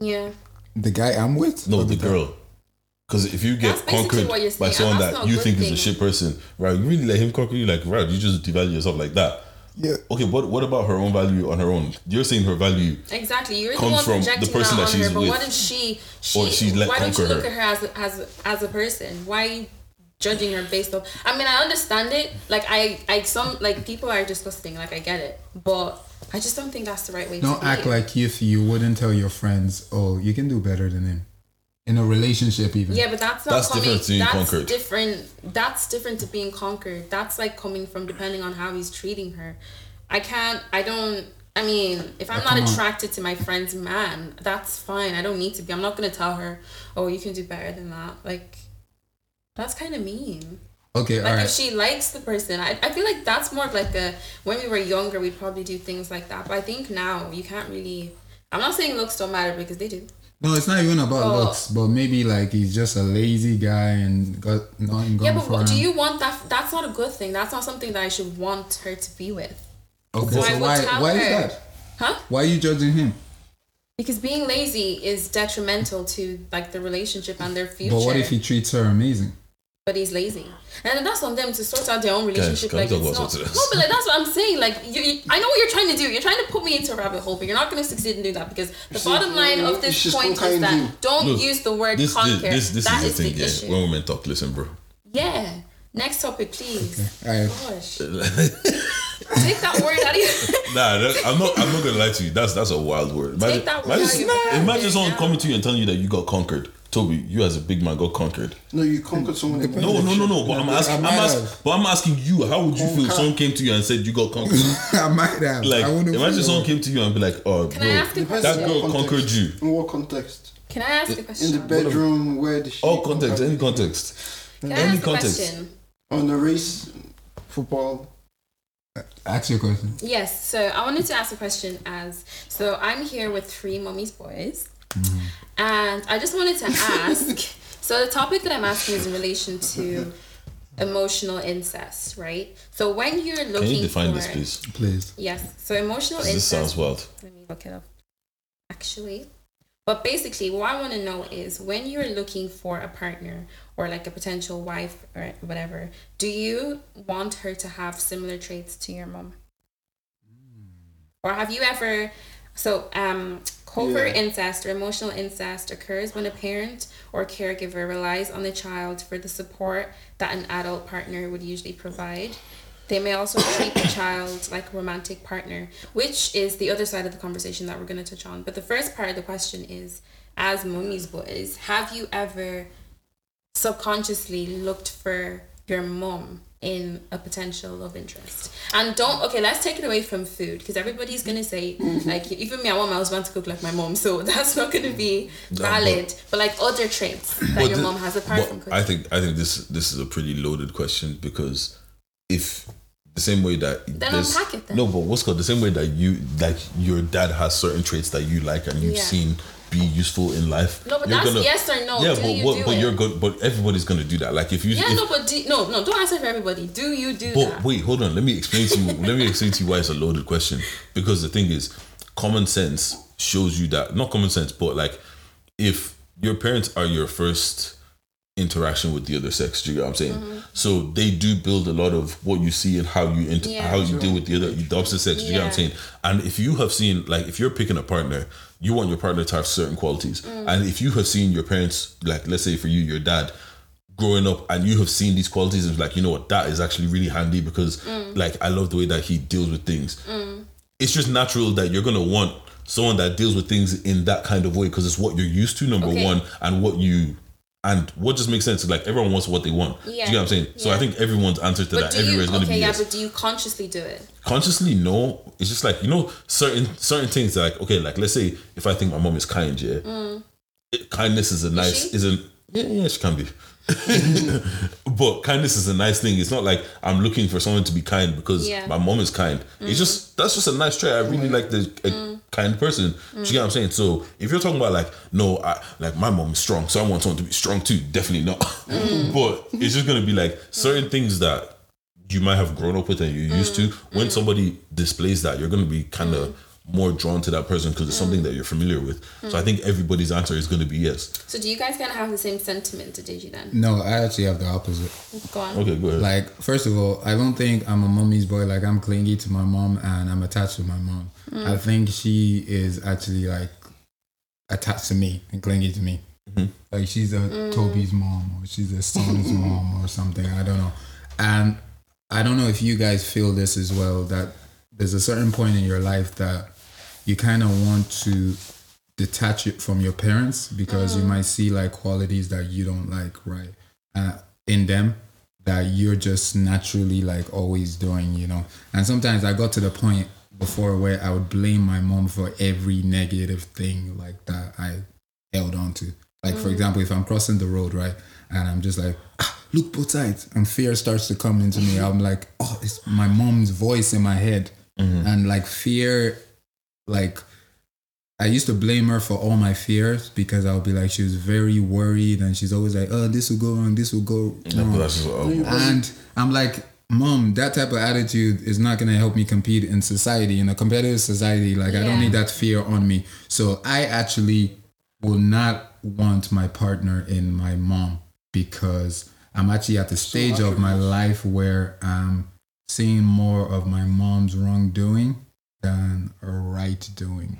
S3: yeah.
S2: The guy I'm with.
S5: No,
S2: Or
S5: the girl. Because if you get
S3: That's basically
S5: conquered
S3: what you're
S5: by
S3: saying,
S5: someone
S3: that's
S5: that
S3: not a
S5: you
S3: good
S5: think is a
S3: thing.
S5: shit person, right? You really let him conquer you, like right? You just devalue yourself like that.
S2: Yeah.
S5: Okay, what what about her own value on her own? You're saying her value
S3: Exactly. You're the
S5: Comes
S3: one
S5: from the
S3: projecting
S5: person
S3: that
S5: that
S3: on
S5: she's
S3: her. But
S5: with.
S3: what if she? she
S5: Or she's let
S3: why don't you
S5: conquer
S3: look
S5: her.
S3: at her as a, as a- as a person? Why are you judging her based off? I mean, I understand it. Like I I some like people are disgusting. Like I get it, but I just don't think that's the right way. to
S2: Don't
S3: be.
S2: act like if you wouldn't tell your friends, oh, you can do better than him, in a relationship even.
S3: Yeah, but that's not
S5: That's
S3: coming.
S5: different to being
S3: that's
S5: conquered.
S3: different. That's different to being conquered. That's like coming from depending on how he's treating her. I can't. I don't. I mean, if I'm
S2: come
S3: not
S2: on.
S3: attracted to my friend's man, that's fine. I don't need to be. I'm not gonna tell her. Oh, you can do better than that. Like, that's kind of mean.
S2: Okay,
S3: Like
S2: all
S3: if
S2: right.
S3: she likes the person, I, I feel like that's more of like a when we were younger we'd probably do things like that. But I think now you can't really. I'm not saying looks don't matter because they do.
S2: No, it's not even about
S3: Oh.
S2: looks, but maybe like he's just a lazy guy and got nothing going
S3: Yeah, but
S2: for
S3: what, do
S2: him.
S3: you want that? That's not a good thing. That's not something that I should want her to be with,
S2: okay,
S3: So I
S2: so
S3: would
S2: why
S3: tell
S2: why is
S3: her.
S2: that?
S3: huh?
S2: Why are you judging him?
S3: Because being lazy is detrimental to like the relationship and their future.
S2: But what if he treats her amazing?
S3: but he's lazy, and that's on them to sort out their own relationship.
S5: can we
S3: like
S5: talk
S3: it's
S5: about
S3: not,
S5: something
S3: no,
S5: else?
S3: but like that's what I'm saying. Like you, you, I know what you're trying to do. You're trying to put me into a rabbit hole, but you're not going to succeed in doing that because the
S4: see,
S3: bottom line
S4: you-
S3: of
S4: it's
S3: this
S4: just
S3: point is
S4: conquering
S3: that
S4: you.
S3: don't
S5: Look,
S3: use the word
S5: This,
S3: conquer.
S5: this, this, this
S3: That
S5: is the thing,
S3: issue.
S5: yeah. When women talk, listen, bro.
S3: Yeah. Next topic, please.
S2: Alright.
S3: Gosh. Take that word out of your
S5: Nah, that, I'm not. I'm not gonna lie to you. That's that's a wild word. Imagine,
S3: that word out of
S5: imagine,
S3: your mouth.
S5: imagine someone
S3: Yeah.
S5: coming to you and telling you that you got conquered. Toby, you as a big man got conquered.
S4: No, you conquered someone. in
S5: No, no,
S4: relationship.
S5: no, no. But I'm
S2: I
S5: asking. I'm
S2: might
S5: ask,
S2: have.
S5: But I'm asking you. How would you feel if
S4: Conquered.
S5: someone came to you and said you got conquered?
S2: I might have.
S5: Like,
S2: I wouldn't
S5: imagine
S2: feel-
S5: someone came to you and be like, "Oh,
S3: Can I ask a
S5: bro,
S3: question?
S5: that
S4: In
S5: girl
S4: what context?
S5: conquered you."
S4: In what context?
S3: Can I ask a
S4: In the
S3: question?
S4: bedroom, where the
S5: All Oh, context, any context,
S3: Can I
S5: any
S3: ask a
S5: context.
S3: question?
S4: On the race, football.
S2: Ask your question.
S3: Yes, so I wanted to ask a question as so I'm here with three mommy's boys
S5: Mm-hmm.
S3: and I just wanted to ask so the topic that I'm asking is in relation to emotional incest, right? So when you're looking
S5: Can you define
S3: for Oh,
S5: this, please?
S2: Please.
S3: Yes. So emotional
S5: 'Cause This
S3: incest
S5: sounds wild.
S3: Let me look it up. Actually. But basically, what I want to know is when you're looking for a partner or like a potential wife or whatever, do you want her to have similar traits to your mom? Or have you ever. So, um, covert
S4: Yeah.
S3: incest or emotional incest occurs when a parent or caregiver relies on the child for the support that an adult partner would usually provide. They may also treat the child like a romantic partner, which is the other side of the conversation that we're going to touch on. But the first part of the question is as mommy's boys, have you ever subconsciously looked for your mom in a potential love interest? And don't, okay, let's take it away from food because everybody's going to say,
S5: Mm-hmm.
S3: like, even me, I want my husband to cook like my mom, so that's not going to be valid. but, like, other traits that
S5: But
S3: your
S5: thi-
S3: mom has apart
S5: but
S3: from cooking.
S5: I think I think this this is a pretty loaded question because if the same way that
S3: Then
S5: there's-
S3: unpack it then.
S5: no, but what's called the same way that you like your dad has certain traits that you like and you've
S3: Yeah.
S5: seen be useful in life.
S3: No, but
S5: you're
S3: that's yes or no.
S5: Yeah,
S3: Do
S5: but
S3: you
S5: what?
S3: do
S5: but
S3: it?
S5: you're good. But everybody's gonna do that. Like if you,
S3: Yeah,
S5: if,
S3: no, but do, no, no, don't answer for everybody. Do you do
S5: But
S3: that?
S5: wait, hold on. Let me explain to you. let me explain to you why it's a loaded question. Because the thing is, common sense shows you that not common sense, but like if your parents are your first interaction with the other sex, do you get what I'm saying?
S3: Mm-hmm.
S5: So they do build a lot of what you see and how you inter-
S3: Yeah.
S5: how you deal with the other the opposite sex. Do you get what I'm
S3: Yeah.
S5: saying? And if you have seen like if you're picking a partner, you want your partner to have certain qualities.
S3: Mm.
S5: And if you have seen your parents, like let's say for you, your dad growing up and you have seen these qualities of like you know what that is actually really handy because
S3: Mm.
S5: like i love the way that he deals with things it's just natural that you're gonna want someone that deals with things in that kind of way because it's what you're used to number
S3: Okay.
S5: one and what you and what just makes sense is like everyone wants what they want do you
S3: Yeah.
S5: get what i'm saying so i
S3: Yeah.
S5: think everyone's answer to
S3: But
S5: that
S3: do you?
S5: everywhere is gonna
S3: Okay,
S5: be
S3: yeah,
S5: yes
S3: but do you consciously do it?
S5: consciously no it's just like you know certain certain things that like okay like let's say if i think my mom is kind yeah it- kindness is a nice
S3: Mm. she?
S5: is a yeah, yeah she can be but kindness is a nice thing it's not like i'm looking for someone to be kind because
S3: Yeah.
S5: my mom is kind it's just that's just a nice trait i really like the a kind person Do you get what i'm saying so if you're talking about like no i like my mom is strong so i want someone to be strong too definitely not but it's just gonna be like certain things that you might have grown up with and you're used to when somebody displays that you're going to be kind of more drawn to that person because it's something that you're familiar with so i think everybody's answer is going to be yes
S3: So do you guys kind of have the same sentiment? Did you then?
S2: No, I actually have the opposite.
S3: Go on.
S5: okay go ahead
S2: Like, first of all, I don't think I'm a mommy's boy. Like, I'm clingy to my mom and I'm attached to my mom. I think she is actually like attached to me and clingy to me. Like, she's a Toby's mom or she's a son's mom or something. I don't know. And I don't know if you guys feel this as well that there's a certain point in your life that you kind of want to detach it from your parents because you might see like qualities that you don't like right uh, in them that you're just naturally like always doing you know and sometimes i got to the point before where i would blame my mom for every negative thing like that i held on to like for example if i'm crossing the road right and i'm just like ah, look both sides and fear starts to come into me i'm like oh it's my mom's voice in my head and like fear like I used to blame her for all my fears because I would be like, she was very worried and she's always like, oh, this will go wrong, this will go
S5: Yeah, but
S2: wrong.
S5: that's just- oh,
S2: And I'm like, mom, that type of attitude is not going to help me compete in society, in a competitive society. Like, I don't
S3: Yeah.
S2: need that fear on me. So I actually will not want my partner in my mom because I'm actually at the stage of my life where I'm seeing more of my mom's wrongdoing than her right doing.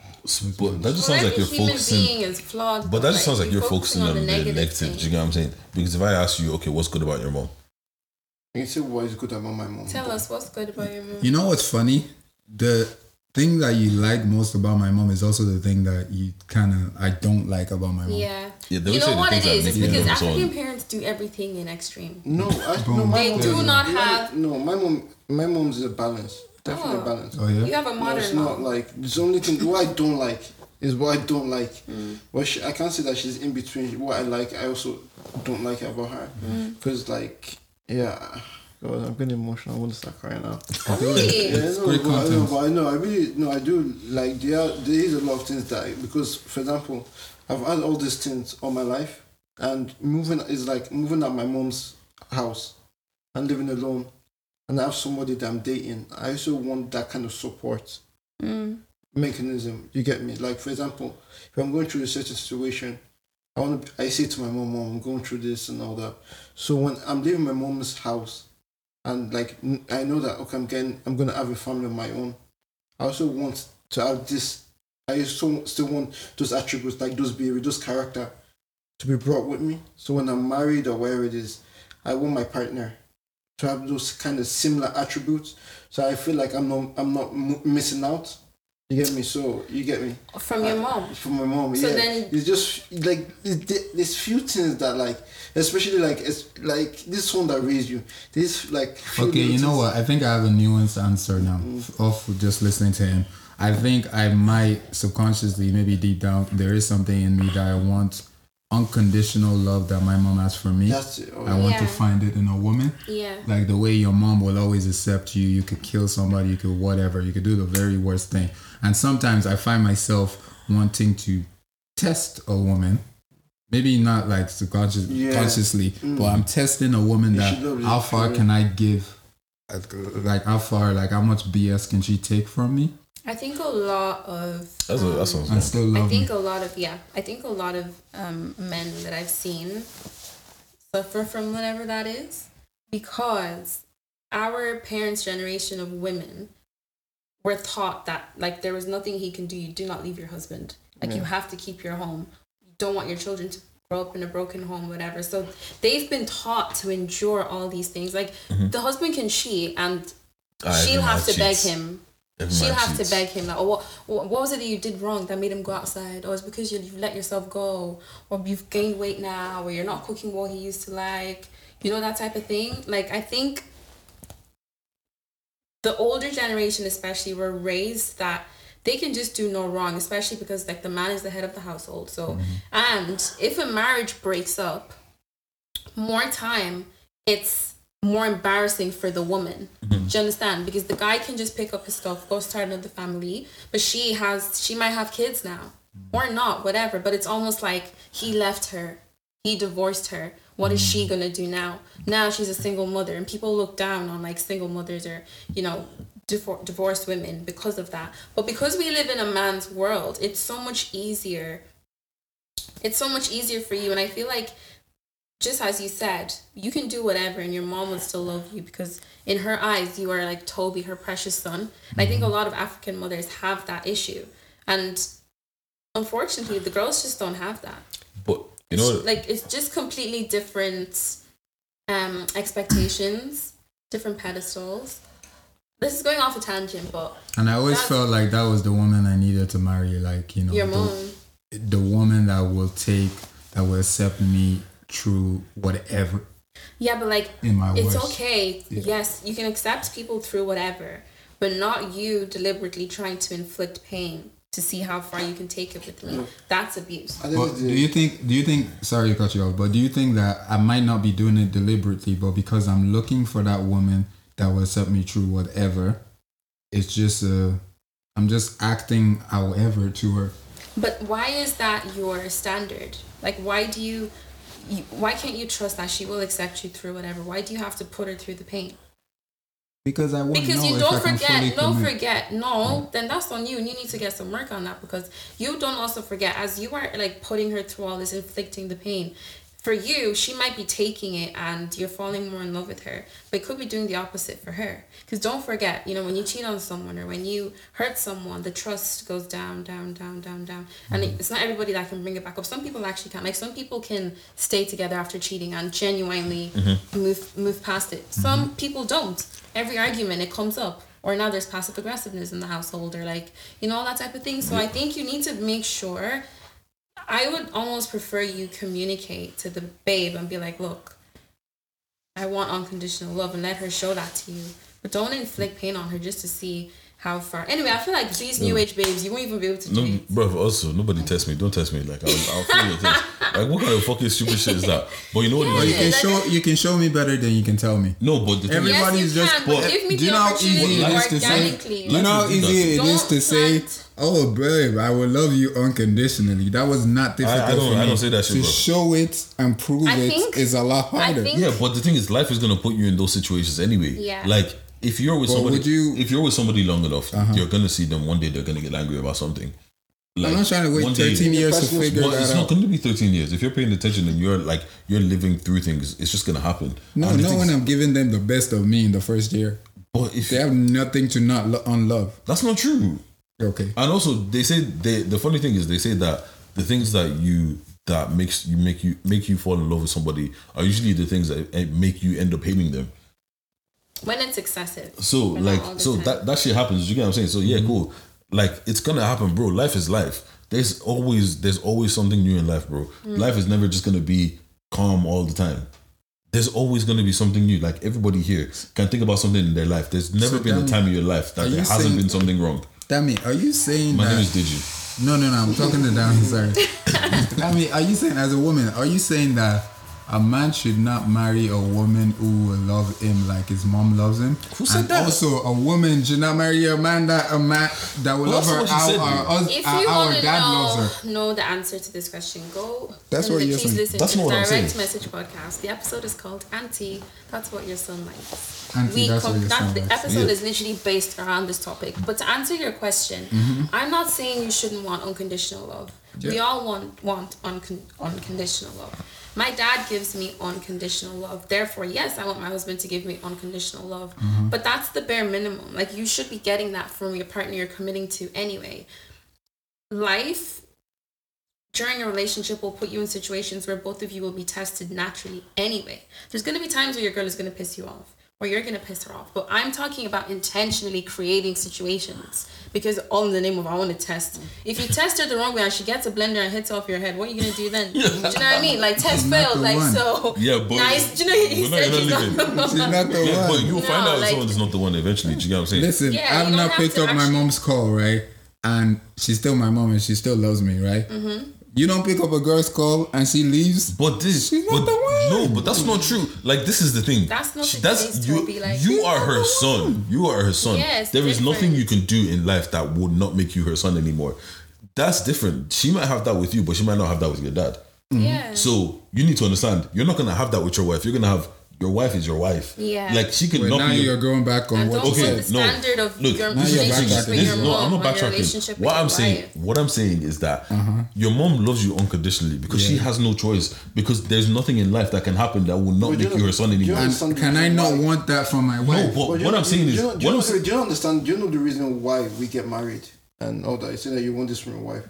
S5: But that just sounds like
S3: every
S5: you're
S3: human
S5: focusing.
S3: being is flawed.
S5: But that just sounds like
S3: you're
S5: you're focusing on um, the negative.
S3: thing.
S5: Do you get what I'm saying? Because if I ask you, okay, what's good about your mom?
S4: You say what is good about my mom?
S3: Tell
S4: but-
S3: us what's good about your mom.
S2: You know what's funny? The thing that you like most about my mom is also the thing that you kind of I don't like about my mom.
S3: Yeah.
S5: Yeah, they
S3: you
S5: would say
S3: know
S5: the
S3: what
S5: things
S3: it
S5: that
S3: is? It's
S5: make you
S3: because
S5: nervous all-
S3: African parents do everything in extreme.
S4: No, I, no,
S2: Boom.
S4: my
S3: They
S4: mom-
S3: do not
S4: my-
S3: have-
S4: No, my mom, my mom's a balance. Definitely
S3: Oh.
S4: a balance.
S2: Oh yeah.
S3: You have a
S4: No, it's
S3: modern
S4: not
S3: mom.
S4: like it's the only thing. What I don't like is what I don't like.
S3: Mm.
S4: What she, I can't say that she's in between. What I like, I also don't like about her.
S3: Mm.
S4: Because like, yeah, God, I'm getting emotional. I want to start crying now.
S3: Really?
S4: Yeah, I know,
S2: great
S4: but, I know,
S2: content.
S4: but I know, I really no, I do like there. Are, there is a lot of things that I, because, for example, I've had all these things all my life, and moving is like moving out my mom's house and living alone, and I have somebody that I'm dating. I also want that kind of support
S3: Mm.
S4: mechanism. You get me? Like for example, if I'm going through a certain situation, I want to. I say to my mom, "Mom, I'm going through this and all that." So when I'm leaving my mom's house, and like n- I know that okay, I'm getting, I'm gonna have a family of my own. I also want to have this. I also still want those attributes, like those behavior, those character, to be brought with me. So when I'm married or wherever it is, I want my partner to have those kind of similar attributes. So I feel like I'm not, I'm not m- missing out. You get me? So you get me
S3: From your mom.
S4: from my mom.
S3: So
S4: yeah.
S3: then-
S4: it's just like it- there- there's few things that like, especially like it's like this one that raised you. This like few
S2: Okay, you
S4: little
S2: know what? I think I have a nuanced answer now f- off of just listening to him. I think I might subconsciously, maybe deep down, there is something in me that I want unconditional love that my mom has for me.
S4: That's it, oh,
S2: I want to
S3: Yeah.
S2: find it in a woman.
S3: Yeah.
S2: Like the way your mom will always accept you. You could kill somebody, you could whatever, you could do the very worst thing. And sometimes I find myself wanting to test a woman. Maybe not like subconscious,
S4: Yeah. Mm.
S2: consciously, but I'm testing a woman
S4: You
S2: that
S4: should love
S2: how
S4: your
S2: far
S4: career.
S2: can I give? Like how far? Like how much BS can she take from me
S3: I think a lot of.
S5: That's what that sounds
S2: and
S5: like.
S2: still
S3: I
S2: love me?
S3: think a lot of yeah. I think a lot of um, men that I've seen suffer from whatever that is because our parents' generation of women were taught that like there was nothing he can do. You do not leave your husband. Like you have to keep your home. You don't want your children to grow up in a broken home, whatever. So they've been taught to endure all these things. Like the husband can cheat and
S5: Ah,
S3: she'll
S5: every man
S3: have to beg
S5: cheats.
S3: him.
S5: Every
S3: She'll
S5: man
S3: have to
S5: cheats.
S3: beg him like, oh, what, what what was it that you did wrong that made him go outside? Or it's because you, you've let yourself go, or you've gained weight now, or you're not cooking what he used to like, you know that type of thing. Like I think the older generation, especially, were raised that they can just do no wrong, especially because like the man is the head of the household. So,
S5: Mm-hmm.
S3: and if a marriage breaks up, more time it's more embarrassing for the woman. Do you understand? Because the guy can just pick up his stuff, go start another family, but she has she might have kids now or not, whatever. But it's almost like he left her, he divorced her. What is she gonna do now? Now she's a single mother, and people look down on like single mothers or you know divor- divorced women because of that. But because we live in a man's world, it's so much easier. It's so much easier for you, and I feel like just as you said, you can do whatever and your mom would still love you because in her eyes you are like Toby, her precious son. And I think
S5: Mm-hmm.
S3: a lot of African mothers have that issue. And unfortunately the girls just don't have that.
S5: But you know,
S3: like it's just completely different um expectations, different pedestals. This is going off a tangent, but
S2: And I always
S3: That's-
S2: felt like that was the woman I needed to marry. Like you know,
S3: your
S2: the-
S3: mom.
S2: the woman that will take, that will accept me through whatever
S3: Yeah, but like
S2: in my
S3: it's
S2: worst.
S3: okay. Yes, you can accept people through whatever, but not you deliberately trying to inflict pain to see how far you can take it with me. That's abuse.
S4: I
S2: But
S4: think
S2: do you think? Do you think? Sorry to cut you off, but do you think that I might not be doing it deliberately, but because I'm looking for that woman that will accept me through whatever, it's just uh, I'm just acting however to her.
S3: But why is that your standard? Like, why do you, you, why can't you trust that she will accept you through whatever? Why do you have to put her through the pain?
S2: Because I want
S3: Because
S2: to know if
S3: you
S2: I can
S3: don't
S2: fully
S3: forget, no
S2: commit.
S3: forget, no, then that's on you. And you need to get some work on that because you don't also forget as you are like putting her through all this, inflicting the pain. for you, she might be taking it and you're falling more in love with her, but could be doing the opposite for her. Because don't forget, you know, when you cheat on someone or when you hurt someone, the trust goes down, down, down, down, down. And it- it's not everybody that can bring it back up. Some people actually can't. Like some people can stay together after cheating and genuinely move move past it. Some people don't. Every argument it comes up. Or now there's passive aggressiveness in the household or like, you know, all that type of thing. So I think you need to make sure I would almost prefer you communicate to the babe and be like, look, I want unconditional love and let her show that to you. But don't inflict pain on her just to see how far. Anyway, I feel like these new age babes, you won't even be able to do
S5: No,
S3: it.
S5: bro. Also, nobody test me. Don't test me. Like I'll, I'll feel your test. Like what kind of fucking stupid shit is that? But you know
S3: Yeah.
S5: what? it
S2: You
S5: is?
S2: can
S3: that
S2: show you can show me better than you can tell me.
S5: No, but the thing
S2: Every- Everybody's
S3: Yes, you
S5: is,
S2: just-
S3: can, but
S5: but-
S3: give me
S2: Do you
S3: the
S2: know how easy
S3: opportunity
S2: it is to
S3: organically.
S2: say? You know how
S5: Life is
S2: easy it
S3: different.
S2: is to
S3: Don't
S2: say,
S3: plant-
S2: "Oh, babe, I will love you unconditionally." That was not difficult.
S5: I don't-
S2: for
S5: I
S2: me.
S5: don't say that shit,
S2: To
S5: bro.
S2: show it and prove
S3: I
S2: it is
S3: think-
S2: a lot
S3: I
S2: harder.
S3: think
S5: yeah, but the thing is, life is gonna put you in those situations anyway.
S3: Yeah.
S5: Like if you're with
S2: But
S5: somebody,
S2: would you- Uh-huh.
S5: if you're with somebody long enough, you're gonna see them one day. They're gonna get angry about something. Like,
S2: I'm not trying to
S5: one
S2: wait
S5: day-
S2: 13 years to
S4: Well,
S2: figure
S5: Well,
S2: that
S5: it's not
S2: out.
S5: going to be 13 years. If you're paying attention and you're like you're living through things, it's just going to happen.
S2: No,
S5: And the
S2: no
S5: thing
S2: when
S5: is-
S2: I'm giving them the best of me in the first year.
S5: But if
S2: They have nothing to not lo- unlove.
S5: that's not true.
S2: Okay.
S5: And also, they say they, the funny thing is they say that the things that you that makes you make you make you fall in love with somebody are usually the things that eh, make you end up hating them.
S3: when it's excessive.
S5: So
S3: but not all
S5: like
S3: the
S5: so
S3: time.
S5: that that shit happens. You get what I'm saying? So yeah, cool. Like it's gonna happen, bro. Life is life. There's always there's always something new in life, bro.
S3: Mm.
S5: Life is never just gonna be calm all the time. There's always gonna be something new. Like everybody here can think about something in their life. There's never
S2: So
S5: been a
S2: then,
S5: time in your life
S2: are
S5: that
S2: you
S5: there hasn't
S2: saying-
S5: been something wrong.
S2: Dami, are you saying
S5: My
S2: that?
S5: name is Digi.
S2: no, no, no. I'm talking to Dami. Sorry. Dami, are you saying as a woman? Are you saying that a man should not marry a woman who will love him like his mom loves him?
S5: Who said
S2: and
S5: that?
S2: Also, a woman should not marry a man that a man that will
S5: Well,
S2: love
S5: that's
S2: her
S5: what you
S2: how
S5: said,
S2: our,
S5: dude.
S2: us-
S3: If
S2: our,
S3: you
S2: our
S3: want to
S2: dad loves her.
S3: know, know the answer to this question, go
S2: That's
S3: in
S2: what
S3: the
S2: you're
S3: Please
S2: saying.
S3: Listen
S5: That's
S3: to
S5: not
S3: the
S5: what I'm
S3: direct
S5: saying.
S3: message podcast. The episode is called Auntie, That's What Your Son Likes.
S2: Auntie, That's What Your
S3: that-
S2: Son
S3: the
S2: Likes.
S3: episode
S5: Yeah.
S3: is literally based around this topic. But to answer your question, I'm not saying you shouldn't want unconditional love. We
S2: Mm-hmm. Yeah.
S3: all want want uncon- unconditional love. My dad gives me unconditional love. Therefore, yes, I want my husband to give me unconditional love.
S2: Mm-hmm.
S3: But that's the bare minimum. Like you should be getting that from your partner you're committing to anyway life during a relationship will put you in situations where both of you will be tested naturally anyway. There's going to be times where your girl is going to piss you off or you're going to piss her off. But I'm talking about intentionally creating situations because all in the name of I want to test. If you test her the wrong way and she gets a blender and hits off your head, what are you going to do then? Do you know what I mean? Like test
S2: Not
S3: failed.
S2: the
S3: Like
S2: one.
S3: so.
S5: Yeah, but-
S3: nice. Do you know he
S5: We're not-
S3: said
S5: we're
S3: she's
S5: not
S3: not
S5: leaving.
S2: She's not the
S5: Yeah,
S2: one.
S5: but you'll find
S3: No,
S5: out
S3: like-
S5: someone is not the one eventually. Do you get what I'm saying?
S2: Listen, I've
S3: Yeah, you don't
S2: not
S3: have
S2: picked
S3: to
S2: up my
S3: actually-
S2: mom's call, right? And she's still my mom and she still loves me, right? Mm-hmm. You don't pick up a girl's call and she leaves.
S5: But this,
S2: She's
S5: but
S2: not the one.
S5: no, but that's not true. Like this is the thing.
S3: That's not
S5: She-
S3: the case,
S5: you.
S3: Toby, like-
S5: you
S3: She's
S5: are
S3: not
S5: her
S3: the
S5: son. You are her son.
S3: Yeah, it's
S5: there is nothing
S3: different.
S5: you can do in life that would not make you her son anymore. That's different. She might have that with you, but she might not have that with your dad.
S3: Yeah.
S5: So you need to understand. You're not gonna have that with your wife. You're gonna have your wife is your wife.
S3: Yeah.
S5: Like she could
S2: But
S5: not
S2: now
S5: be. your-
S2: you're going back on
S3: And
S2: what
S3: don't
S2: you
S3: put
S5: Okay,
S2: said.
S3: the
S5: no.
S3: standard of
S5: Look,
S3: your
S5: now
S2: you're
S3: relationship
S2: backtracking.
S3: with your
S2: This-
S5: no, I'm
S3: mom or
S5: not
S3: your
S5: backtracking.
S3: relationship
S5: What
S3: with
S5: I'm
S3: your
S5: saying,
S3: wife.
S5: what I'm saying is that
S4: Uh-huh.
S5: your mom loves you unconditionally because she has no choice. Because there's nothing in life that can happen that will not
S4: But
S5: make
S4: you
S5: you her son
S4: know-
S5: anymore.
S4: you
S2: And can I not want that from my
S5: No,
S2: wife?
S5: but
S4: But you
S5: what
S4: know-
S5: I'm saying
S4: you
S5: is,
S4: know- do you,
S5: what
S4: know,
S5: I'm saying,
S4: do you understand? Do you know the reason why we get married and all that? You say that you want this from your wife.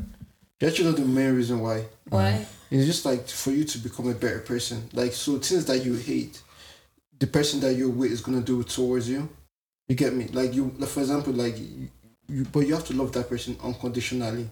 S4: You actually know the main reason why.
S3: Why?
S4: It's just like for you to become a better person. Like so, things that you hate, the person that you're with is gonna do it towards you. You get me? Like you, like for example, like you, you but you have to love that person unconditionally.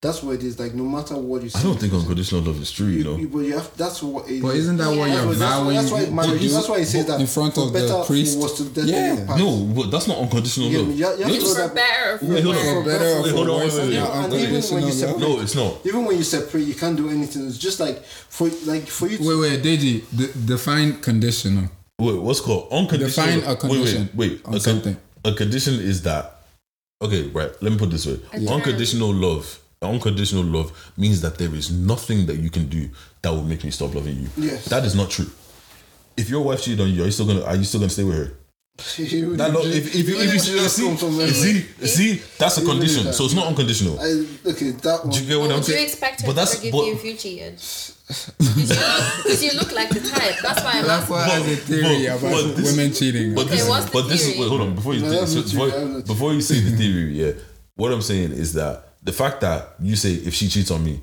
S4: That's what it is. Like no matter what you.
S5: I
S4: say-
S5: don't think unconditional love is true. You know,
S4: You, but you have. That's what. It,
S2: But isn't that what
S3: Yeah.
S2: you're
S4: that's, why-
S2: vowing?
S4: that's why
S2: to
S4: marriage.
S2: do?
S4: That's why it says that
S2: in front
S4: for
S2: of the
S4: better, for
S2: priest?
S4: worse, to death
S2: Yeah.
S4: do you part.
S5: no, but that's not unconditional
S4: You get me?
S5: love.
S4: You have- you have
S5: You're
S4: to
S5: just-
S4: love
S3: For
S4: that-
S3: better or for
S5: Wait, hold
S3: worse.
S5: on.
S2: For better or
S5: Wait,
S2: for
S5: hold on,
S2: worse,
S5: wait, wait,
S2: your
S5: wait.
S4: And even when you
S2: unconditional
S4: separate-
S2: love.
S5: no, it's not.
S4: Even when you separate, you can't do anything. It's just like for like for you. To,
S2: Wait, wait, Deji, d- define conditional.
S5: Wait, what's called unconditional?
S2: Define a condition
S5: Wait, wait, wait.
S2: on
S5: a, con-
S2: something.
S5: a condition is that. Okay, right. Let me put it this way:
S3: Yeah.
S5: unconditional love. Unconditional love means that there is nothing that you can do that will make me stop loving you.
S4: Yes.
S5: That is not true. If your wife cheated on you, are you still gonna? Are you still gonna stay with her?
S4: You
S5: That lo-
S4: just-
S5: if, if, you if
S4: even
S5: you
S4: if
S5: see,
S4: just come somewhere-
S5: see, see, see, that's a
S4: Even if
S5: condition.
S4: that-
S5: So it's not unconditional.
S4: I, okay, that one.
S5: Do you get what I'm
S3: Would you
S5: saying?
S3: expect her
S5: But that's
S3: to forgive
S5: but,
S3: you if you cheated? Because you look like the type. That's why I'm
S2: That's
S3: asking.
S2: why I have a theory
S5: but-
S2: about
S5: but this-
S2: women cheating.
S5: But this,
S3: what's the
S5: but this is
S3: theory?
S5: wait, hold on before you
S4: No,
S5: think-
S4: I'm
S5: so
S4: with you,
S5: before,
S4: I'm with you.
S5: before you say the theory. Yeah, what I'm saying is that the fact that you say if she cheats on me,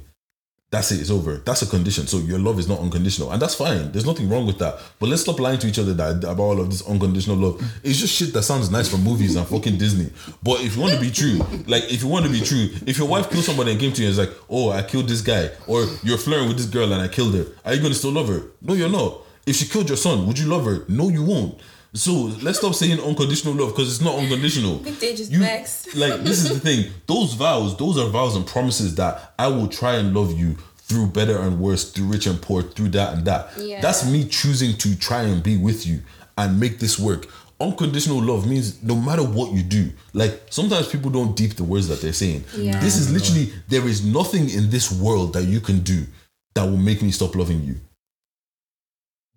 S5: that's it, it's over. That's a condition. So your love is not unconditional, and that's fine. There's nothing wrong with that. But let's stop lying to each other that about all of this unconditional love. It's just shit that sounds nice for movies and fucking Disney. But if you want to be true, like if you want to be true, if your wife killed somebody and came to you and is like, "Oh, I killed this guy," or "You're flirting with this girl and I killed her," are you gonna still love her? No, you're not. If she killed your son, would you love her? No, you won't. So let's stop saying unconditional love because it's not unconditional.
S3: they just vexed.
S5: like this is the thing. Those vows, those are vows and promises that I will try and love you through better and worse, through rich and poor, through that and that.
S3: Yeah.
S5: That's me choosing to try and be with you and make this work. Unconditional love means no matter what you do. Like sometimes people don't deep the words that they're saying.
S3: Yeah.
S5: This is literally there is nothing in this world that you can do that will make me stop loving you.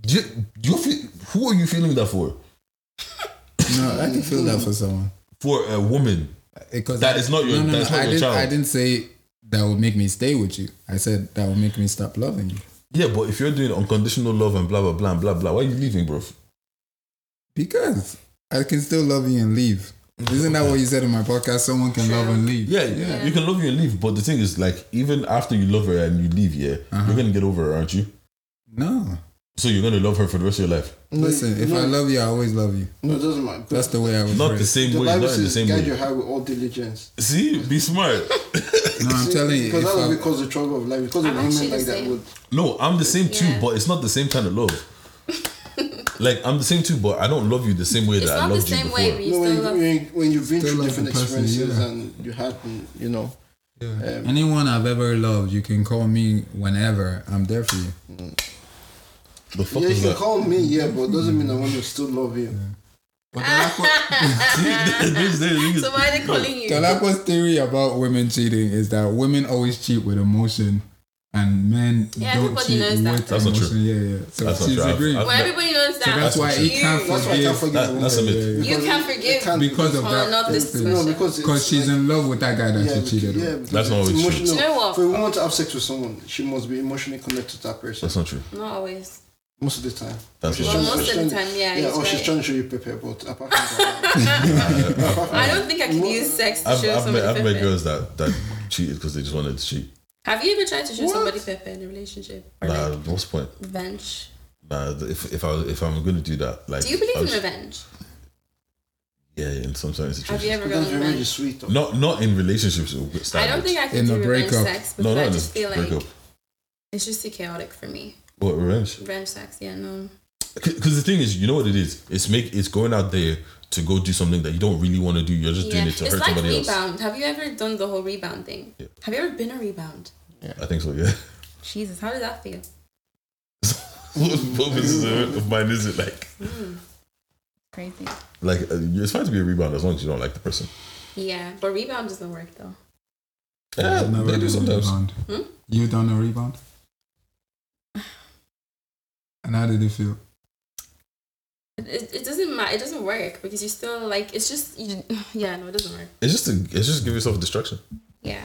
S5: Do you, do you feel, who are you feeling that for?
S2: no, I can feel that for someone.
S5: For a woman,
S2: Because
S5: That
S2: I-
S5: is not your- that is not
S2: I
S5: your
S2: didn't,
S5: child.
S2: I didn't say that would make me stay with you. I said that would make me stop loving you
S5: Yeah, but if you're doing unconditional love and blah blah blah and blah blah, why are you leaving, bro?
S2: because I can still love you and leave. Isn't that what you said in my podcast? Someone can love and leave.
S5: Yeah, you can love you and leave, but the thing is, like, even after you love her and you leave, yeah,
S3: Uh-huh.
S5: you're gonna get over her, aren't you?
S2: No.
S5: So you're gonna love her for the rest of your life.
S4: No,
S2: Listen, if
S4: no,
S2: I love you, I always love you.
S4: no, it doesn't matter.
S2: That's the way I was
S5: Not the
S2: raised.
S5: same
S4: the
S5: way,
S4: Bible
S5: not in the
S4: says,
S5: same
S4: "Guide
S5: way.
S4: your heart with all diligence."
S5: See, be smart.
S2: No, I'm telling you.
S4: because
S2: if
S4: that
S2: I-
S4: would cause the trouble of life. Because of
S3: I'm actually the
S4: women like that
S3: same.
S4: would.
S5: no, I'm the same too,
S3: Yeah.
S5: but it's not the same kind of love. like I'm the same too, but I don't love you the same way
S3: It's
S5: that I
S3: not the
S5: loved you
S3: same
S5: before.
S3: way, but you
S4: No, when,
S3: still
S4: you,
S3: love.
S4: when, when you've been
S2: Still
S4: through
S2: love
S4: different
S2: the person,
S4: experiences
S2: yeah.
S4: and you had, you know,
S2: Anyone I've ever loved, you can call me whenever. I'm there for you.
S5: the fuck
S4: yeah,
S5: is
S4: you can
S5: that?
S4: call me, yeah, but it doesn't mean I want to still love you.
S5: This- this thing is-
S3: So why are they calling you?
S2: Kalakwa's theory about women cheating is that women always cheat with emotion, and men
S3: Yeah,
S2: don't
S3: everybody
S2: cheat
S3: knows that.
S2: with
S5: That's not
S2: emotion.
S5: true.
S2: Yeah, yeah. So
S5: That's not
S2: she's
S5: true. I've-
S2: agreeing.
S5: I've-
S3: Well, everybody knows that.
S2: that's why he
S3: you.
S2: can't
S4: That's why I
S2: Yeah,
S4: can't forgive
S5: that-
S4: women.
S5: that's a myth.
S4: Because
S3: You can't
S4: it- it
S3: forgive
S4: can't
S2: because of
S3: Oh,
S2: that.
S3: not this
S2: thing.
S3: one.
S4: no, because it's
S2: Because she's
S4: like-
S2: in love with that guy that
S4: yeah,
S2: she cheated
S4: yeah,
S2: with.
S4: because
S5: That's not
S4: it's
S5: always true.
S4: emotional.
S3: You know what?
S4: For a woman to have sex with someone, she must be emotionally connected to that person
S5: That's not true.
S3: Not always.
S4: most of the time.
S5: That's
S4: She's
S5: not
S4: trying-
S3: Well,
S5: true.
S3: most
S4: she's
S3: of the
S4: trying-
S3: time, yeah,
S4: Yeah,
S3: he's
S4: or she's
S3: right.
S4: trying to show you paper, but apart from that,
S3: I don't think I can use sex to
S5: I've,
S3: show
S5: I've,
S3: somebody
S5: met, I've met
S3: pepe.
S5: girls that that cheated because they just wanted to cheat.
S3: Have you ever tried to show
S4: What?
S3: somebody pepe in a relationship or
S5: Nah,
S3: like
S5: what's the point?
S3: revenge?
S5: Nah, if if I was- if I'm gonna do that, like,
S3: Do you believe
S5: I
S3: in
S5: was-
S3: revenge?
S5: Yeah, in some certain situations.
S3: Have you ever done
S4: that's
S3: revenge?
S4: revenge is sweet. Though.
S5: Not not in relationships.
S3: I don't think I can
S2: In
S3: do
S2: a
S3: revenge
S2: breakup.
S3: sex
S5: no,
S3: because
S5: not
S3: I
S5: in
S3: just
S5: a
S3: feel like
S5: breakup.
S3: it's just too chaotic for me.
S5: What revenge?
S3: Revenge sex, yeah, no.
S5: Because the thing is, you know what it is. It's make it's going out there to go do something that you don't really want to do. You're just
S3: Yeah.
S5: doing it to
S3: It's
S5: hurt
S3: like
S5: somebody else.
S3: rebound. Have you ever done the whole rebound thing?
S5: Yeah.
S3: Have you ever been a rebound?
S5: I think so. Yeah.
S3: Jesus, how did that feel?
S5: what what business of mine is it like?
S3: Crazy.
S5: Like uh, it's fine to be a rebound as long as you don't like the person.
S3: Yeah, but rebound doesn't work though.
S5: Yeah,
S2: You've never
S5: they do
S2: done a
S5: sometimes.
S2: rebound.
S3: Hmm?
S2: You done a rebound? And how did it feel?
S3: It, it, it doesn't matter. It doesn't work because you're still like it's just you, yeah no it doesn't work
S5: It's just a, it's just give yourself distraction.
S3: yeah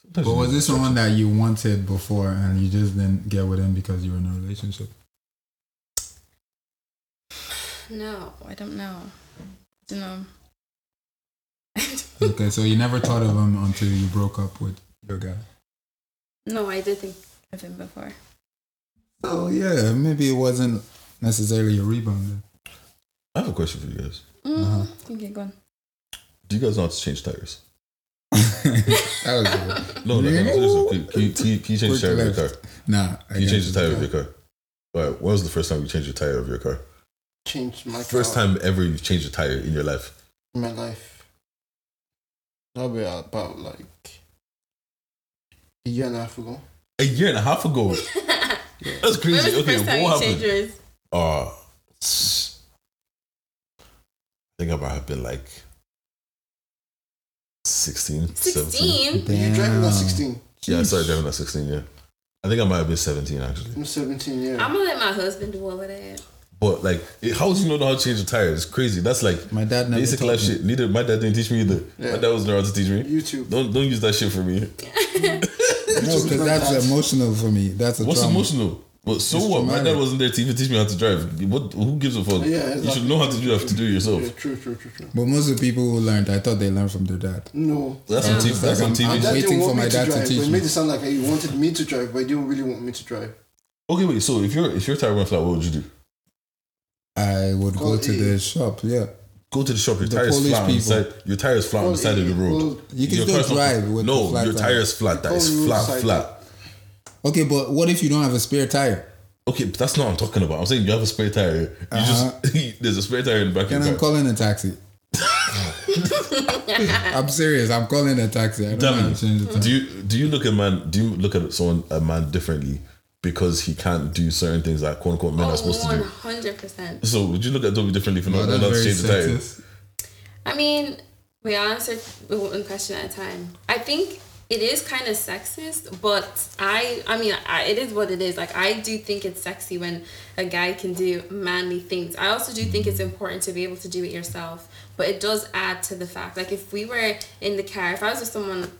S5: Sometimes
S2: But
S5: you
S2: was
S5: need
S2: this someone that you wanted before and you just didn't get with him because you were in a relationship?
S3: no I don't know I don't know
S2: Okay, so you never thought of him until you broke up with your guy.
S3: no I did think of him before
S2: So Oh, yeah, maybe it wasn't necessarily a rebound.
S5: I have a question for you guys.
S3: mm,
S2: Uh-huh.
S3: okay go on
S5: Do you guys know how to change tires?
S2: That was good.
S5: No, like,
S2: Yeah.
S5: I'm serious. Can, can, you- can you- can you change the
S2: Quick
S5: tire of your
S2: left.
S5: car?
S2: Nah, I
S5: Can you
S2: got
S5: change the tire of your car? All right, when was the first time you changed the tire of your car?
S4: Changed my
S2: Oh.
S5: First
S4: car
S5: time ever you've changed a tire in your life.
S4: in my life. That'll be about like a year and a half ago.
S5: A year and a half ago. That's
S3: when was
S5: crazy.
S3: the
S5: Okay,
S3: first time
S5: what
S3: you changed yours
S5: happened? Uh, I think I might have been like 16, 17.
S3: 16
S4: You're driving
S2: Damn.
S4: at 16.
S5: Yeah, I started driving at 16, yeah. I think I might have been 17 actually.
S4: I'm 17, yeah.
S3: I'm gonna let my husband do all of that
S5: But like, it, how do you know how to change a tire? It's crazy. That's like
S2: My dad never
S5: basic
S2: taught
S5: life
S2: me.
S5: shit. Neither my dad didn't teach me either.
S4: Yeah.
S5: My dad was not how to teach me.
S4: YouTube.
S5: Don't don't use that shit for me.
S2: No, because that's emotional for me. That's a
S5: What's
S2: trauma.
S5: emotional? Well, so what? My
S2: traumatic.
S5: dad wasn't there to even teach me how to drive. What? Who gives a fuck?
S4: Yeah,
S5: You
S4: exactly.
S5: should know how to do. You have to do it yourself.
S4: Yeah, true, true, true, true.
S2: But most of the people who learned, I thought they learned from their dad.
S4: No.
S5: That's on TV.
S2: It's
S5: That's
S2: like I'm-
S5: on TV.
S2: I'm
S4: That
S2: waiting
S4: didn't
S2: for
S4: want
S2: my
S4: me
S2: dad to
S4: drive,
S2: teach
S4: but it
S2: me.
S4: made it sound like he wanted me to drive, but he didn't really want me to drive.
S5: Okay, wait. So if your if your tire went flat, what would you do?
S2: I would go
S4: Call
S2: to
S4: it.
S2: the shop. Oh, Yeah,
S5: Go to the shop. Your
S2: The
S5: tire is
S2: Polish
S5: flat. On the
S2: people.
S5: side, your tire is flat on the
S4: Well,
S5: side of the
S4: it-
S5: road.
S4: well,
S2: you can
S5: Your
S2: still
S5: car's not-
S2: drive with
S5: no.
S2: the flat
S5: your
S2: on
S5: tire
S2: it.
S5: is flat. That
S4: Call
S5: is
S4: road
S5: flat,
S4: side.
S5: flat.
S2: okay, but what if you don't have a spare tire?
S5: Okay, but that's not what I'm talking about. I'm saying you have a spare tire. You just there's a spare tire in the back
S2: Uh-huh. Then I'm
S5: of your car.
S2: calling a taxi. I'm serious. I'm calling a taxi. I don't know how to change the
S5: Devin,
S2: tire.
S5: do you do you look at man? Do you look at someone a man differently because he can't do certain things that quote unquote men
S3: Oh,
S5: are supposed to
S3: One
S5: do?
S3: hundred percent.
S5: So would you look at Dobby differently for not knowing how to change the tire?
S3: I mean, we answered one question at a time. I think it is kind of sexist, but I, I mean, I, it is what it is. Like, I do think it's sexy when a guy can do manly things. I also do think it's important to be able to do it yourself, but it does add to the fact. Like, if we were in the car, if I was with someone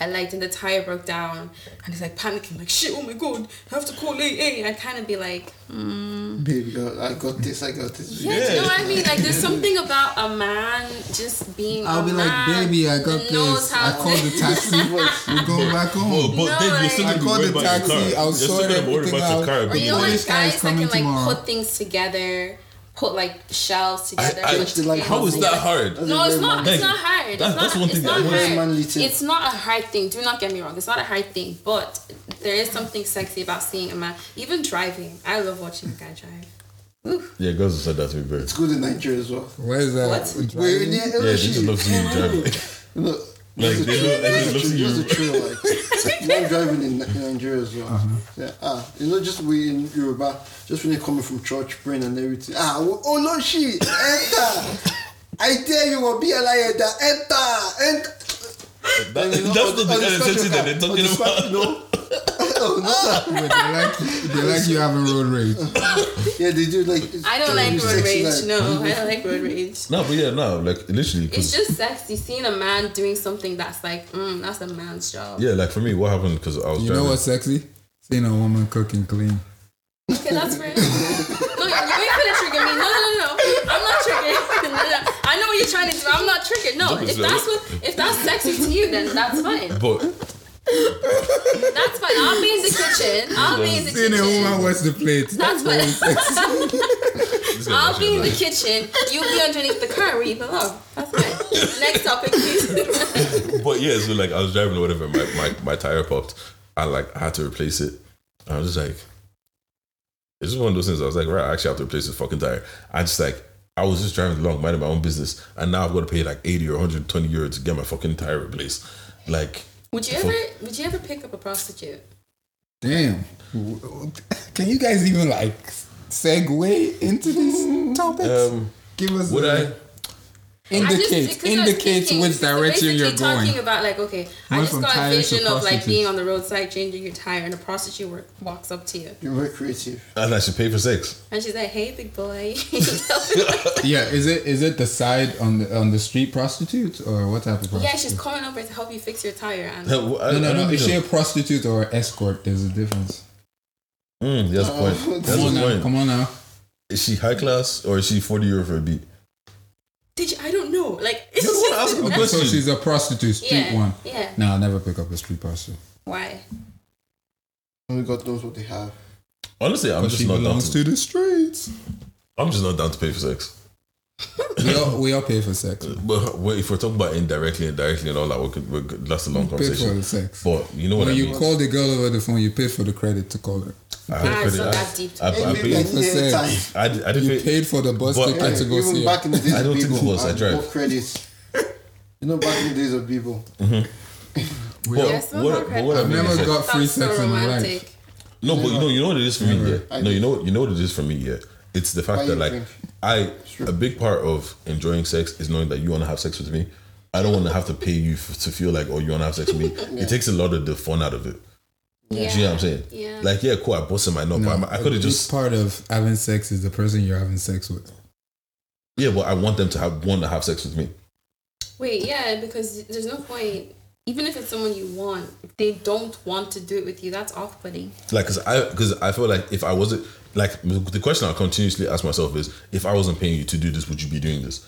S3: I liked and the tire broke down, and it's like panicking, like, shit, oh my god, I have to call AA, I'd kind of be like,
S4: Baby, I I got this, I got this.
S3: Yeah, do you know what I mean? Like, there's something about a man just being.
S2: I'll
S3: a
S2: be like,
S3: man
S2: baby, I
S3: that
S2: got
S3: Oh, knows
S2: this.
S3: how
S2: I called
S3: to-
S2: the taxi. We're going back
S5: Oh,
S2: home.
S5: but
S3: No,
S5: then you're
S3: like-
S5: still
S2: I
S5: gonna be
S2: called
S5: worried
S2: the
S5: about
S2: taxi,
S5: your car.
S2: I'll
S5: You're still
S2: sort
S5: gonna be worried
S2: everything
S5: about your
S2: out.
S5: car.
S2: Or
S3: Or
S5: but
S3: you know,
S5: then-
S2: This
S3: like
S2: guy's
S3: guys that
S2: coming
S3: can like
S2: tomorrow.
S3: put things together, put like shelves
S5: I-
S3: together.
S5: I-
S3: put
S4: Like,
S3: tables
S5: How is that
S3: together.
S5: hard?
S3: No, it's not.
S5: Thank
S3: It's not
S5: you.
S3: hard. It's
S5: That-
S3: not,
S5: that's one thing
S3: it's
S5: that I
S3: not
S5: wanna-
S3: hard.
S4: Manly thing.
S3: It's not a hard thing. Do not get me wrong. It's not a hard thing, but there is something sexy about seeing a man, even driving. I love watching a guy drive.
S5: Yeah, girls have said that to me, bro.
S4: It's good in Nigeria as well.
S2: Where is that?
S3: What?
S4: We're in oh, the
S5: Yeah, they just love seeing you driving.
S4: Look,
S5: Like,
S4: there's
S5: they
S4: a
S5: don't- they
S4: trail-
S5: don't
S4: there's
S5: see
S4: a trail-
S5: you.
S4: there's a trail, like, you know, driving in in Nigeria as well. Yeah, ah, you know, just we in Yoruba, just when you're coming from church, praying and everything. Ah, oh no, she enter. I tell you, will be a liar. that Enter, enter.
S5: That-
S4: And you know,
S5: that's not
S4: on-
S5: the
S4: on
S5: kind of
S4: scratch
S5: sexy that
S4: your
S5: they're
S4: car, on
S5: talking
S4: the scratch-
S5: about.
S4: No. Oh, no,
S2: They like, they like you having road rage.
S4: no. Yeah, they do like.
S3: I don't like
S4: it's
S3: road
S4: sexy,
S3: rage.
S4: like-
S3: No, I don't like road rage.
S5: No, but yeah, no, like literally. 'cause-
S3: It's just sexy seeing a man doing something that's like, mm, that's a man's job.
S5: yeah, like for me, what happened because I was
S2: You know
S5: driving.
S2: what's sexy? Seeing a woman cook and clean.
S3: Okay, that's fair. no, you ain't gonna trigger me. No, no, no, no. I'm not triggered. No, no. I know what you're trying to do. I'm not triggered. No,
S5: Don't be
S3: if that's
S5: silly.
S3: what, if that's sexy to you, then that's fine.
S5: But
S3: That's fine. I'll be in the kitchen. I'll be in the
S2: Seeing a woman
S3: kitchen.
S2: wash the plate.
S3: That's fine.
S5: this guy
S3: I'll
S5: mentioned
S3: be in the
S5: that.
S3: kitchen. You'll be underneath the car where you belong. That's fine. Next topic, please.
S5: But yeah, so like I was driving or whatever, my, my, my tire popped. I like I had to replace it. I was just like, it's just one of those things. I was like, right, I actually have to replace this fucking tire. I just like I was just driving along, minding my own business, and now I've got to pay like eighty or hundred twenty euro to get my fucking tire replaced. Like,
S3: Would you ever? Would you ever pick up a prostitute?
S2: Damn. Can you guys even like segue into these topics?
S5: um,
S2: Give us
S5: would
S2: a-
S5: I?
S3: I just-
S2: indicate
S3: because I was
S2: indicates
S3: thinking,
S2: which
S3: so
S2: direction you're
S3: basically talking
S2: going.
S3: about like okay i
S2: Went
S3: just
S2: from
S3: got a
S2: tires to
S3: vision of like
S2: prostitutes.
S3: being on the roadside changing your tire and a prostitute work, walks up to you
S4: You're very creative.
S5: And I should pay for sex.
S3: and she's like hey big boy
S2: Yeah, is it is it the side on the on the street prostitute or what type of prostitute?
S3: yeah she's coming over to help you fix your tire and
S5: No, no,
S2: no, no, no. Is she a prostitute or escort? There's a difference.
S5: Mm, that's the point. That's
S2: Come on
S5: the
S2: now.
S5: point.
S2: Come on now.
S5: Is she high class or is she 40 euro for a beat?
S3: did you i don't know like it's
S5: don't wanna
S3: just-
S5: ask a
S2: Okay, so
S5: Question.
S2: she's a prostitute, street
S3: Yeah,
S2: one.
S3: yeah.
S2: No, I'll never pick up a street prostitute.
S3: why
S4: Only God knows what they have.
S5: Honestly, I'm
S2: But
S5: just
S2: she
S5: not down
S2: belongs
S5: to,
S2: to the streets.
S5: I'm just not down to pay for sex.
S2: we, all, we all pay for sex.
S5: But wait, if we're talking about indirectly and directly and all that, we could, we could that's a long
S2: Pay for
S5: conversation.
S2: the sex.
S5: But you know what
S2: When
S5: I
S2: you
S5: mean?
S2: call the girl over the phone, you pay for the credit to call her.
S5: I
S3: Ah,
S5: had
S3: it's not
S5: credit.
S3: that deep.
S5: I, I, I
S4: Maybe like
S5: paid.
S2: for
S4: near
S2: sex.
S4: time.
S5: I, di- I didn't
S2: You
S5: pay.
S2: paid for the bus
S5: But-
S2: ticket
S5: Yeah,
S2: to go
S4: even
S2: see her.
S4: back in the days
S5: I don't
S4: of
S5: think it
S4: Bebo
S5: was, I
S4: and
S5: drive.
S4: more credits. You know, back in the days of Bebo.
S5: But
S3: Yes, no more
S5: what, but
S3: credit.
S5: what I
S2: I've
S5: mean
S2: never
S5: is like-
S2: got free
S3: that's so
S2: sex in my life.
S3: romantic
S5: no, but you know, you know what it is for me. Yeah,
S4: I
S5: no,
S4: do.
S5: you know, you know what it is for me. Yeah, it's the fact
S4: Buy
S5: that
S4: you
S5: like
S4: drink.
S5: I a big part of enjoying sex is knowing that you want to have sex with me. I don't want to have to pay you f- to feel like oh you want to have sex with me. It takes a lot of the fun out of it. Do you know what I'm saying?
S3: Yeah.
S5: Like, yeah, cool. I busted my nut, but I'm- I could have
S2: A big
S5: just
S2: part of having sex is the person you're having sex with.
S5: yeah. But I want them to have want to have sex with me.
S3: Wait, yeah, because there's no point. Even if it's someone you want, if they don't want to do it with you, that's off-putting.
S5: like because I because I feel like if I wasn't like the question I continuously ask myself is if I wasn't paying you to do this, would you be doing this?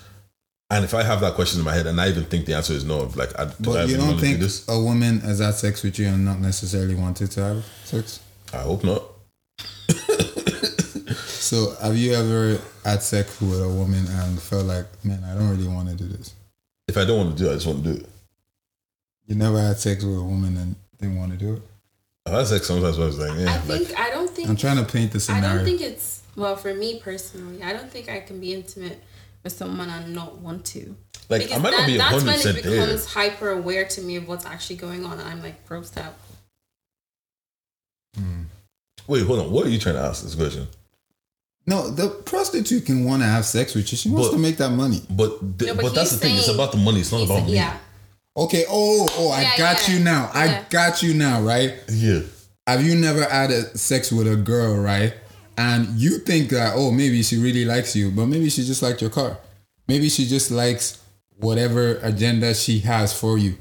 S5: And if I have that question in my head and I even think the answer is no, like I,
S2: But
S5: do I
S2: you
S5: even
S2: don't
S5: wanna do
S2: think
S5: this?
S2: a woman has had sex with you and not necessarily wanted to have sex?
S5: I hope not.
S2: So have you ever had sex with a woman and felt like, man, I don't really want to do this?
S5: If I don't want to do it, I just want to do it.
S2: You never had sex with a woman and didn't want to do it?
S5: I've had sex sometimes where I was like,
S3: I
S5: yeah, like
S3: think I don't think
S2: I'm trying to paint the
S3: I
S2: scenario.
S3: don't think it's well for me personally. I don't think I can be intimate with someone and not want to.
S5: like I might not be
S3: that's
S5: hundred
S3: when it
S5: percent there.
S3: becomes hyper aware to me of what's actually going on, and I'm like grossed out.
S5: Wait, hold on. What are you trying to ask this question?
S2: no, the prostitute can want to have sex with you. She wants
S5: But-
S2: to make that money.
S5: But th-
S3: No,
S5: but,
S3: but
S5: that's the
S3: he's
S5: thing. It's
S3: saying-
S5: about the money. It's not
S3: He's-
S5: about me.
S3: yeah,
S2: Okay. Oh, oh, I
S3: Yeah,
S2: got
S3: yeah.
S2: you now.
S3: Yeah.
S2: I got you now, right?
S5: Yeah.
S2: have you never had a sex with a girl, right? And you think that oh maybe she really likes you, but maybe she just liked your car. Maybe she just likes whatever agenda she has for you.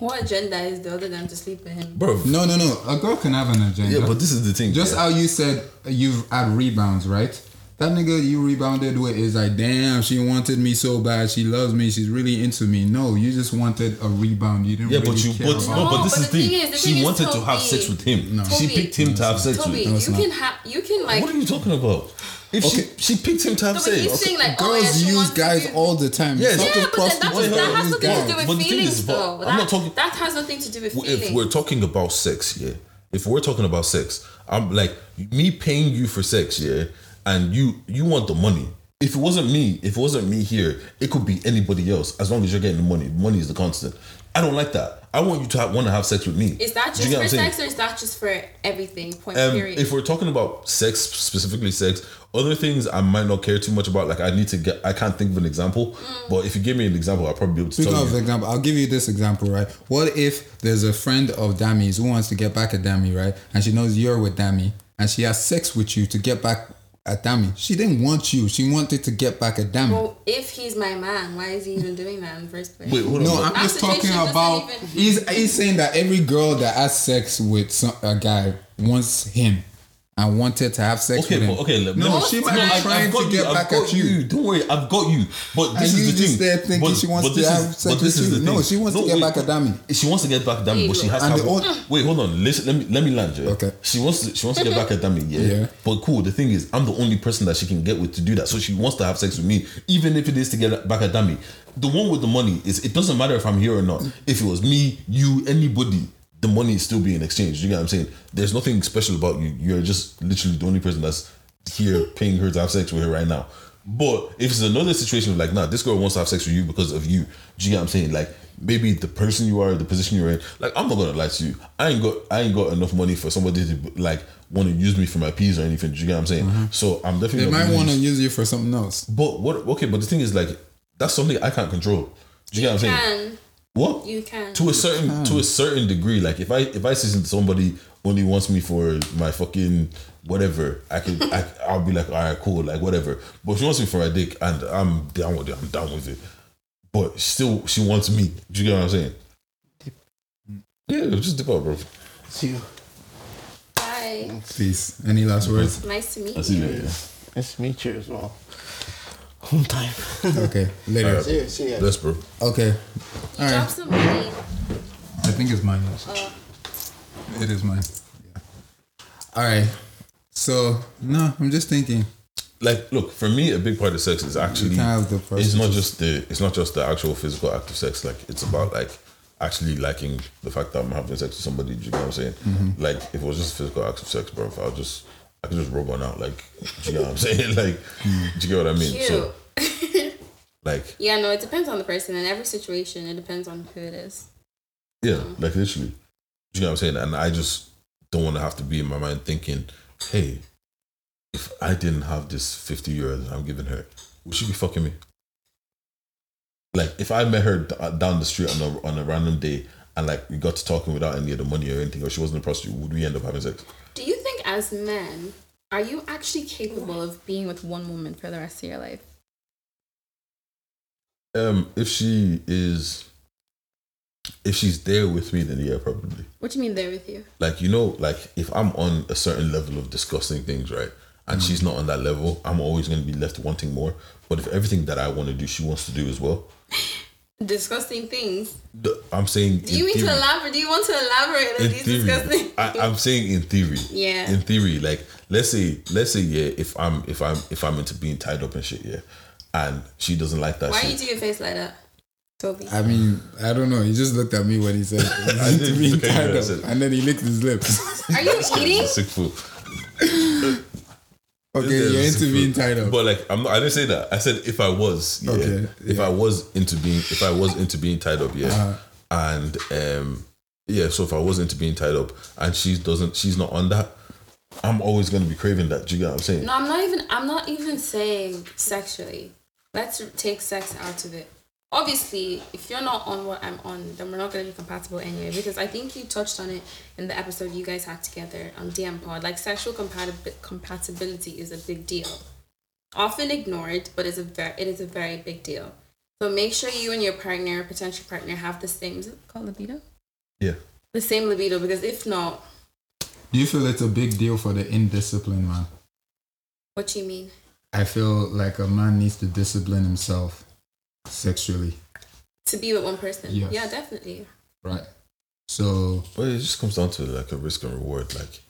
S3: what agenda is the other than to sleep with him?
S5: bro.
S2: No, no, no. A girl can have an agenda.
S5: Yeah, but this is the thing.
S2: just
S5: yeah.
S2: how you said you've had rebounds, right? That nigga you rebounded with is like, damn, she wanted me so bad. She loves me. She's really into me. No, you just wanted a rebound. You didn't.
S5: Yeah,
S2: really
S5: but you,
S2: care
S5: but
S2: about
S5: no,
S3: No,
S5: but this
S3: but
S5: is
S3: the
S5: the
S3: thing
S5: thing.
S3: is- the
S5: She
S3: thing is
S5: wanted to have
S3: Toby-
S5: sex with him.
S2: No.
S5: She
S3: Toby-
S5: picked him to have sex
S3: Toby,
S5: with.
S2: No, it's
S3: you
S2: not.
S3: can have you can like.
S5: What are you talking about? If
S2: Okay.
S5: she she picked him to have
S3: No, but he's
S5: sex,
S3: saying like oh, yeah,
S2: Girls
S3: she
S2: use
S3: wants to
S2: guys
S3: do-
S2: all the time.
S5: Yeah,
S2: It's
S5: it's
S2: not
S3: Yeah,
S5: fucking
S2: just
S3: but then that,
S5: prostitutes.
S3: was, that has
S5: Wait,
S3: nothing to
S5: hold
S3: do
S5: on.
S3: with
S5: But the thing
S3: feelings,
S5: is, but
S3: though.
S5: I'm
S3: that,
S5: not talking-
S3: that has nothing to do with feelings.
S5: if we're talking about sex, yeah. If we're talking about sex, I'm like me paying you for sex, yeah, and you you want the money. If it wasn't me, if it wasn't me here, it could be anybody else. As long as you're getting the money, money is the constant. I don't like that. I want you to have, want to have sex with me.
S3: Is that
S5: Do you
S3: just
S5: get
S3: for
S5: what I'm saying?
S3: sex or is that just for everything? Point
S5: Um,
S3: period.
S5: if we're talking about sex specifically sex other things i might not care too much about like i need to get i can't think of an example but if you give me an example i'll probably be able to
S2: Speaking
S5: tell
S2: of
S5: you
S2: example, I'll give you this example, right? What if there's a friend of Dami's who wants to get back at Dami, right? And she knows you're with Dami, and she has sex with you to get back at Dami. She didn't want you. She wanted to get back at Dami.
S3: well, if he's my man, why is he even doing that in the first place?
S5: wait hold on
S2: no,
S5: but-
S2: I'm
S3: That
S2: just talking
S3: situation doesn't
S2: about.
S3: even-
S2: He's he's saying that every girl that has sex with some, a guy wants him and wanted to have sex
S5: Okay,
S2: with him.
S5: but okay, let
S2: no,
S5: let-
S2: she
S5: no,
S2: might
S5: I-
S2: be
S5: I've
S2: trying
S5: got
S2: to
S5: you,
S2: get
S5: I've
S2: back
S5: got
S2: at you.
S5: Don't worry, I've got you. But this
S2: And
S5: is
S2: you
S5: the
S2: just
S5: thing.
S2: there thinking
S5: but,
S2: she wants
S5: but
S2: to
S5: this
S2: have
S5: is-
S2: sex
S5: but this
S2: with
S5: is
S2: you.
S5: the
S2: No,
S5: thing.
S2: she wants to get back at Dami.
S5: She wants to get back at Dami, but she has
S2: And
S5: to.
S2: the
S5: Have,
S2: on-
S5: wait, hold on. Listen, let me let me land. Yeah.
S2: Okay.
S5: She wants to, she wants to get back at Dami. Yeah.
S2: Yeah.
S5: But cool. The thing is, I'm the only person that she can get with to do that. So she wants to have sex with me, even if it is to get back at Dami. The one with the money is it doesn't matter if I'm here or not. If it was me, you, anybody. The money is still being exchanged. You get what I'm saying? There's nothing special about you. You're just literally the only person that's here paying her to have sex with her right now. But if it's another situation of like, nah, this girl wants to have sex with you because of you. Do you get what I'm saying? Like maybe the person you are, the position you're in. Like I'm not gonna lie to you. I ain't got I ain't got enough money for somebody to like want to use me for my peas or anything. Do you get what I'm saying? So I'm definitely.
S2: Mm-hmm. They
S5: not
S2: might
S5: gonna
S2: want to
S5: use-
S2: use you for something else.
S5: But what? Okay, but the thing is like that's something I can't control. Do you, get what I'm saying?
S3: can
S5: What
S3: you can?
S5: to a certain to a certain degree like if i if i see somebody only wants me for my fucking whatever i could I, i'll be like all right cool like whatever but she wants me for my dick and i'm down with it i'm down with it but still she wants me do you get what i'm saying yeah just dip out bro
S4: See you.
S3: Bye.
S2: Peace. Any last words?
S3: Nice to meet
S5: i
S3: you.
S5: see you later
S4: Nice to meet you as well. Home time.
S2: Okay, later.
S5: Alright.
S4: see you, see you.
S5: that's bro
S2: Okay,
S3: You drop some money.
S2: I think it's mine.
S5: Uh.
S2: It is mine. All right. So no, I'm just thinking.
S5: like look for me a big part of sex is actually
S2: can't have the
S5: it's
S2: prostitute.
S5: not just the it's not just the actual physical act of sex like it's about like actually liking the fact that I'm having sex with somebody do you know what I'm saying
S2: Mm-hmm.
S5: like if it was just physical act of sex bro I'll just I could just rub one out like do you know what I'm saying like
S2: Hmm.
S5: do you get what I mean
S3: Cute.
S5: so like
S3: yeah, no, it depends on the person. In every situation, it depends on who it is.
S5: yeah like literally do you know what I'm saying and I just don't want to have to be in my mind thinking hey if I didn't have this 50 euros I'm giving her would she be uh, fucking me like if I met her d- down the street on a on a random day and like we got to talking without any of the money or anything, or she wasn't a prostitute, would we end up having sex?
S3: Do you think, as men, are you actually capable of being with one woman for the rest of your life?
S5: Um, if she is, if she's there with me, then yeah, probably.
S3: What do you mean they're with you?
S5: Like you know, like if I'm on a certain level of discussing things, right, and she's not on that level, I'm always going to be left wanting more. But if everything that I want to do, she wants to do as well.
S3: Disgusting things.
S5: the- I'm saying.
S3: Do you mean to elaborate? Do you want to elaborate on
S5: in
S3: these disgusting?
S5: theory, I, I'm saying in theory.
S3: Yeah.
S5: In theory, like let's say, let's say, yeah, if I'm if I'm if I'm into being tied up and shit, yeah, and she doesn't like that
S3: Why
S5: shit.
S3: you do your face like that, Toby?
S2: I mean, I don't know. He just looked at me when he said,
S5: I did,
S2: to me
S5: it's okay,
S2: tied
S5: that's
S2: up,"
S5: it.
S2: and then he licked his lips.
S3: Are you eating?
S5: Sick fool.
S2: okay, you're
S5: Sick
S2: into
S5: fool.
S2: being tied up.
S5: But like, I'm not, I didn't say that. I said if I was, yeah,
S2: Okay,
S5: if
S2: yeah. Uh-huh.
S5: I was into being, if I was into being tied up, yeah, and um, yeah. So if I was into being tied up, and she doesn't, she's not on that. I'm always gonna be craving that. Do you get what I'm saying?
S3: No, I'm not even. I'm not even saying sexually. Let's take sex out of it. Obviously, if you're not on what I'm on, then we're not going to be compatible anyway. Because I think you touched on it in the episode you guys had together on DM Pod. Like sexual compatib- compatibility is a big deal, often ignored, but is a very it is a very big deal. So make sure you and your partner, potential partner, have the same. Is it called libido?
S5: Yeah.
S3: The same libido, because if not,
S2: Do you feel it's a big deal for the indisciplined man?
S3: what you mean?
S2: I feel like a man needs to discipline himself sexually,
S3: To be with one person?
S2: Yes.
S3: Yeah, definitely.
S2: right? So
S5: But it just comes down to like a risk and reward. Like,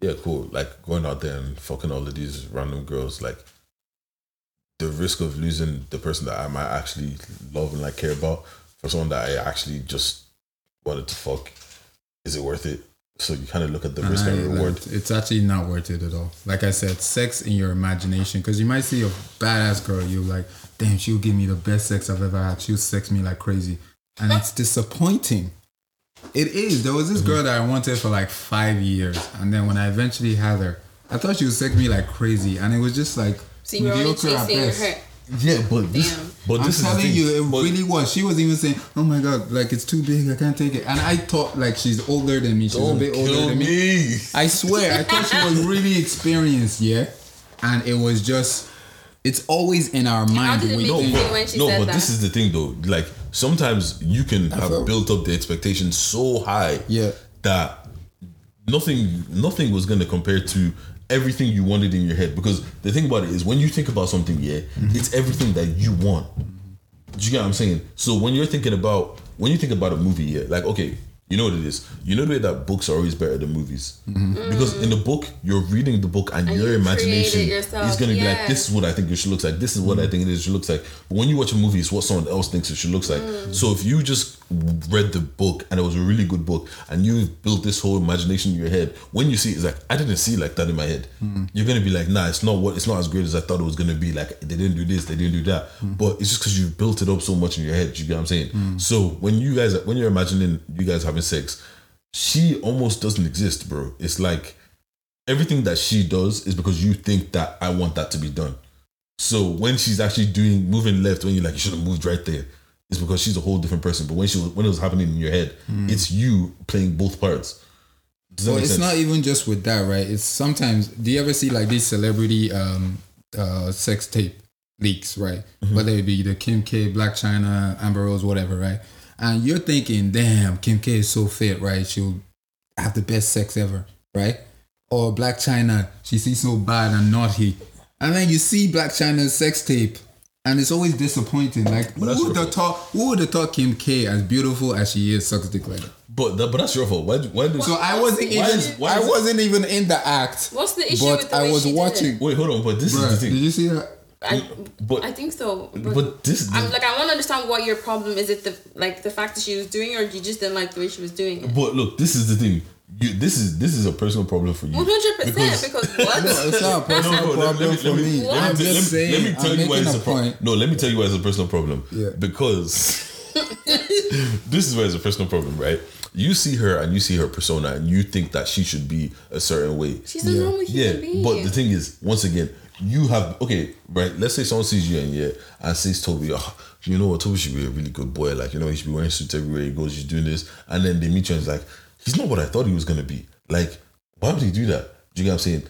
S5: yeah, cool. Like going out there and fucking all of these random girls, like the risk of losing the person that I might actually love and like care about for someone that I actually just wanted to fuck. Is it worth it? So you kind of look at the risk
S2: I-
S5: and reward.
S2: like, it's actually not worth it at all. Like I said, sex in your imagination, because you might see a badass girl, you like, damn, she'll give me the best sex I've ever had. She'll sex me like crazy, and it's disappointing. It is. There was
S5: Mm-hmm.
S2: this girl that I wanted for like five years, and then when I eventually had her, I thought she would sex me like crazy, and it was just like
S3: So you were only
S2: mediocre at
S3: chasing
S2: best.
S3: her.
S5: Yeah, but this,
S3: Damn.
S5: but
S2: I'm
S5: this is the
S2: telling
S5: thing.
S2: you, it
S5: But-
S2: really was. She was even saying, "Oh my god, like it's too big, I can't take it." And I thought like she's older than me. She's a
S5: don't
S2: bit older
S5: kill
S2: than me.
S5: me.
S2: I swear, I thought she was really experienced, yeah. And it was just, it's always in our mind.
S3: did it
S2: We
S3: make
S5: No,
S3: you
S2: think,
S3: feel?
S5: but,
S3: when she
S5: no,
S3: said
S5: but
S3: that.
S5: this is the thing though. Like sometimes you can have
S2: felt-
S5: built up the expectation so high
S2: Yeah.
S5: that nothing nothing was gonna compare to everything you wanted in your head. Because the thing about it is when you think about something, yeah, it's everything that you want. Do you get what I'm saying? So when you're thinking about when you think about a movie, yeah, like okay, you know what it is. You know the way that books are always better than movies because in the book you're reading the book and, your
S3: you create it
S5: imagination
S3: yourself,
S5: is gonna be like
S3: yeah.
S5: this is what I think it should look like. This is what I think it should look like. But when you watch a movie, it's what someone else thinks it should look like. So if you just read the book and it was a really good book and you built this whole imagination in your head, when you see it, it's like I didn't see it like that in my head. You're gonna be like, nah, it's not what it's not as great as I thought it was gonna be. Like they didn't do this, they didn't do that. But it's just because you built it up so much in your head. You get what I'm saying? So when you guys when you're imagining you guys having sex, she almost doesn't exist, bro. It's like everything that she does is because you think that I want that to be done. So when she's actually doing moving left, when you're like you should have moved right there, it's because she's a whole different person. But when she was when it was happening in your head, it's you playing both parts. Does that
S2: Well,
S5: make
S2: Hmm. it's
S5: sense?
S2: not even just with that, right? It's sometimes. Do you ever see like these celebrity um, uh, sex tape leaks, right?
S5: Mm-hmm.
S2: Whether it be the Kim K, Black China, Amber Rose, whatever, right? And you're thinking, damn, Kim K is so fit, right? She'll have the best sex ever, right? Or Black China, she sees so bad and naughty. And then you see Black China's sex tape, and it's always disappointing. Like,
S5: that's
S2: who would
S5: your
S2: have thought? Who would have thought Kim K, as beautiful as she is, sucks dick like that?
S5: but that, but that's your fault. Why do- why do
S2: So I wasn't
S3: Why
S2: even
S3: is-
S5: why
S2: I
S5: is it-
S2: wasn't even in the act.
S3: What's the issue
S2: But
S3: with the
S2: I
S3: way
S2: was
S3: she did
S2: watching.
S5: wait hold on? But this
S2: Bruh,
S5: is the
S2: did
S5: thing.
S2: you see that?
S3: I,
S5: But-
S3: I think so. But,
S5: but this
S3: I'm like, I want to understand what your problem is. It the like the fact that she was doing, it or you just didn't like the way she was doing it.
S5: but look, this is the thing. You this is this is a personal problem for you.
S3: One hundred percent.
S5: Because-
S3: Because what?
S2: No, it's not a personal
S5: No, no,
S2: problem
S5: let me- let me-
S2: for
S5: let me-
S2: me.
S5: let me
S2: I'm
S5: tell-
S2: just
S5: let me-
S2: saying.
S5: Let me tell
S2: I'm
S5: you why
S2: making
S5: it's
S2: a
S5: a problem.
S2: point.
S5: No, let me tell you why it's a personal problem.
S2: Yeah.
S5: Because this is why it's a personal problem, right? You see her and you see her persona and you think that she should be a certain way.
S3: She's a normal
S5: yeah,
S3: human being.
S5: but the thing is, once again, you have okay, right? Let's say someone sees you and yeah, and says Toby, oh, you know what, Toby should be a really good boy. Like, you know, he should be wearing suits everywhere he goes, he's doing this. And then they meet you and it's like, he's not what I thought he was gonna be. Like, why would he do that? Do you get what I'm saying?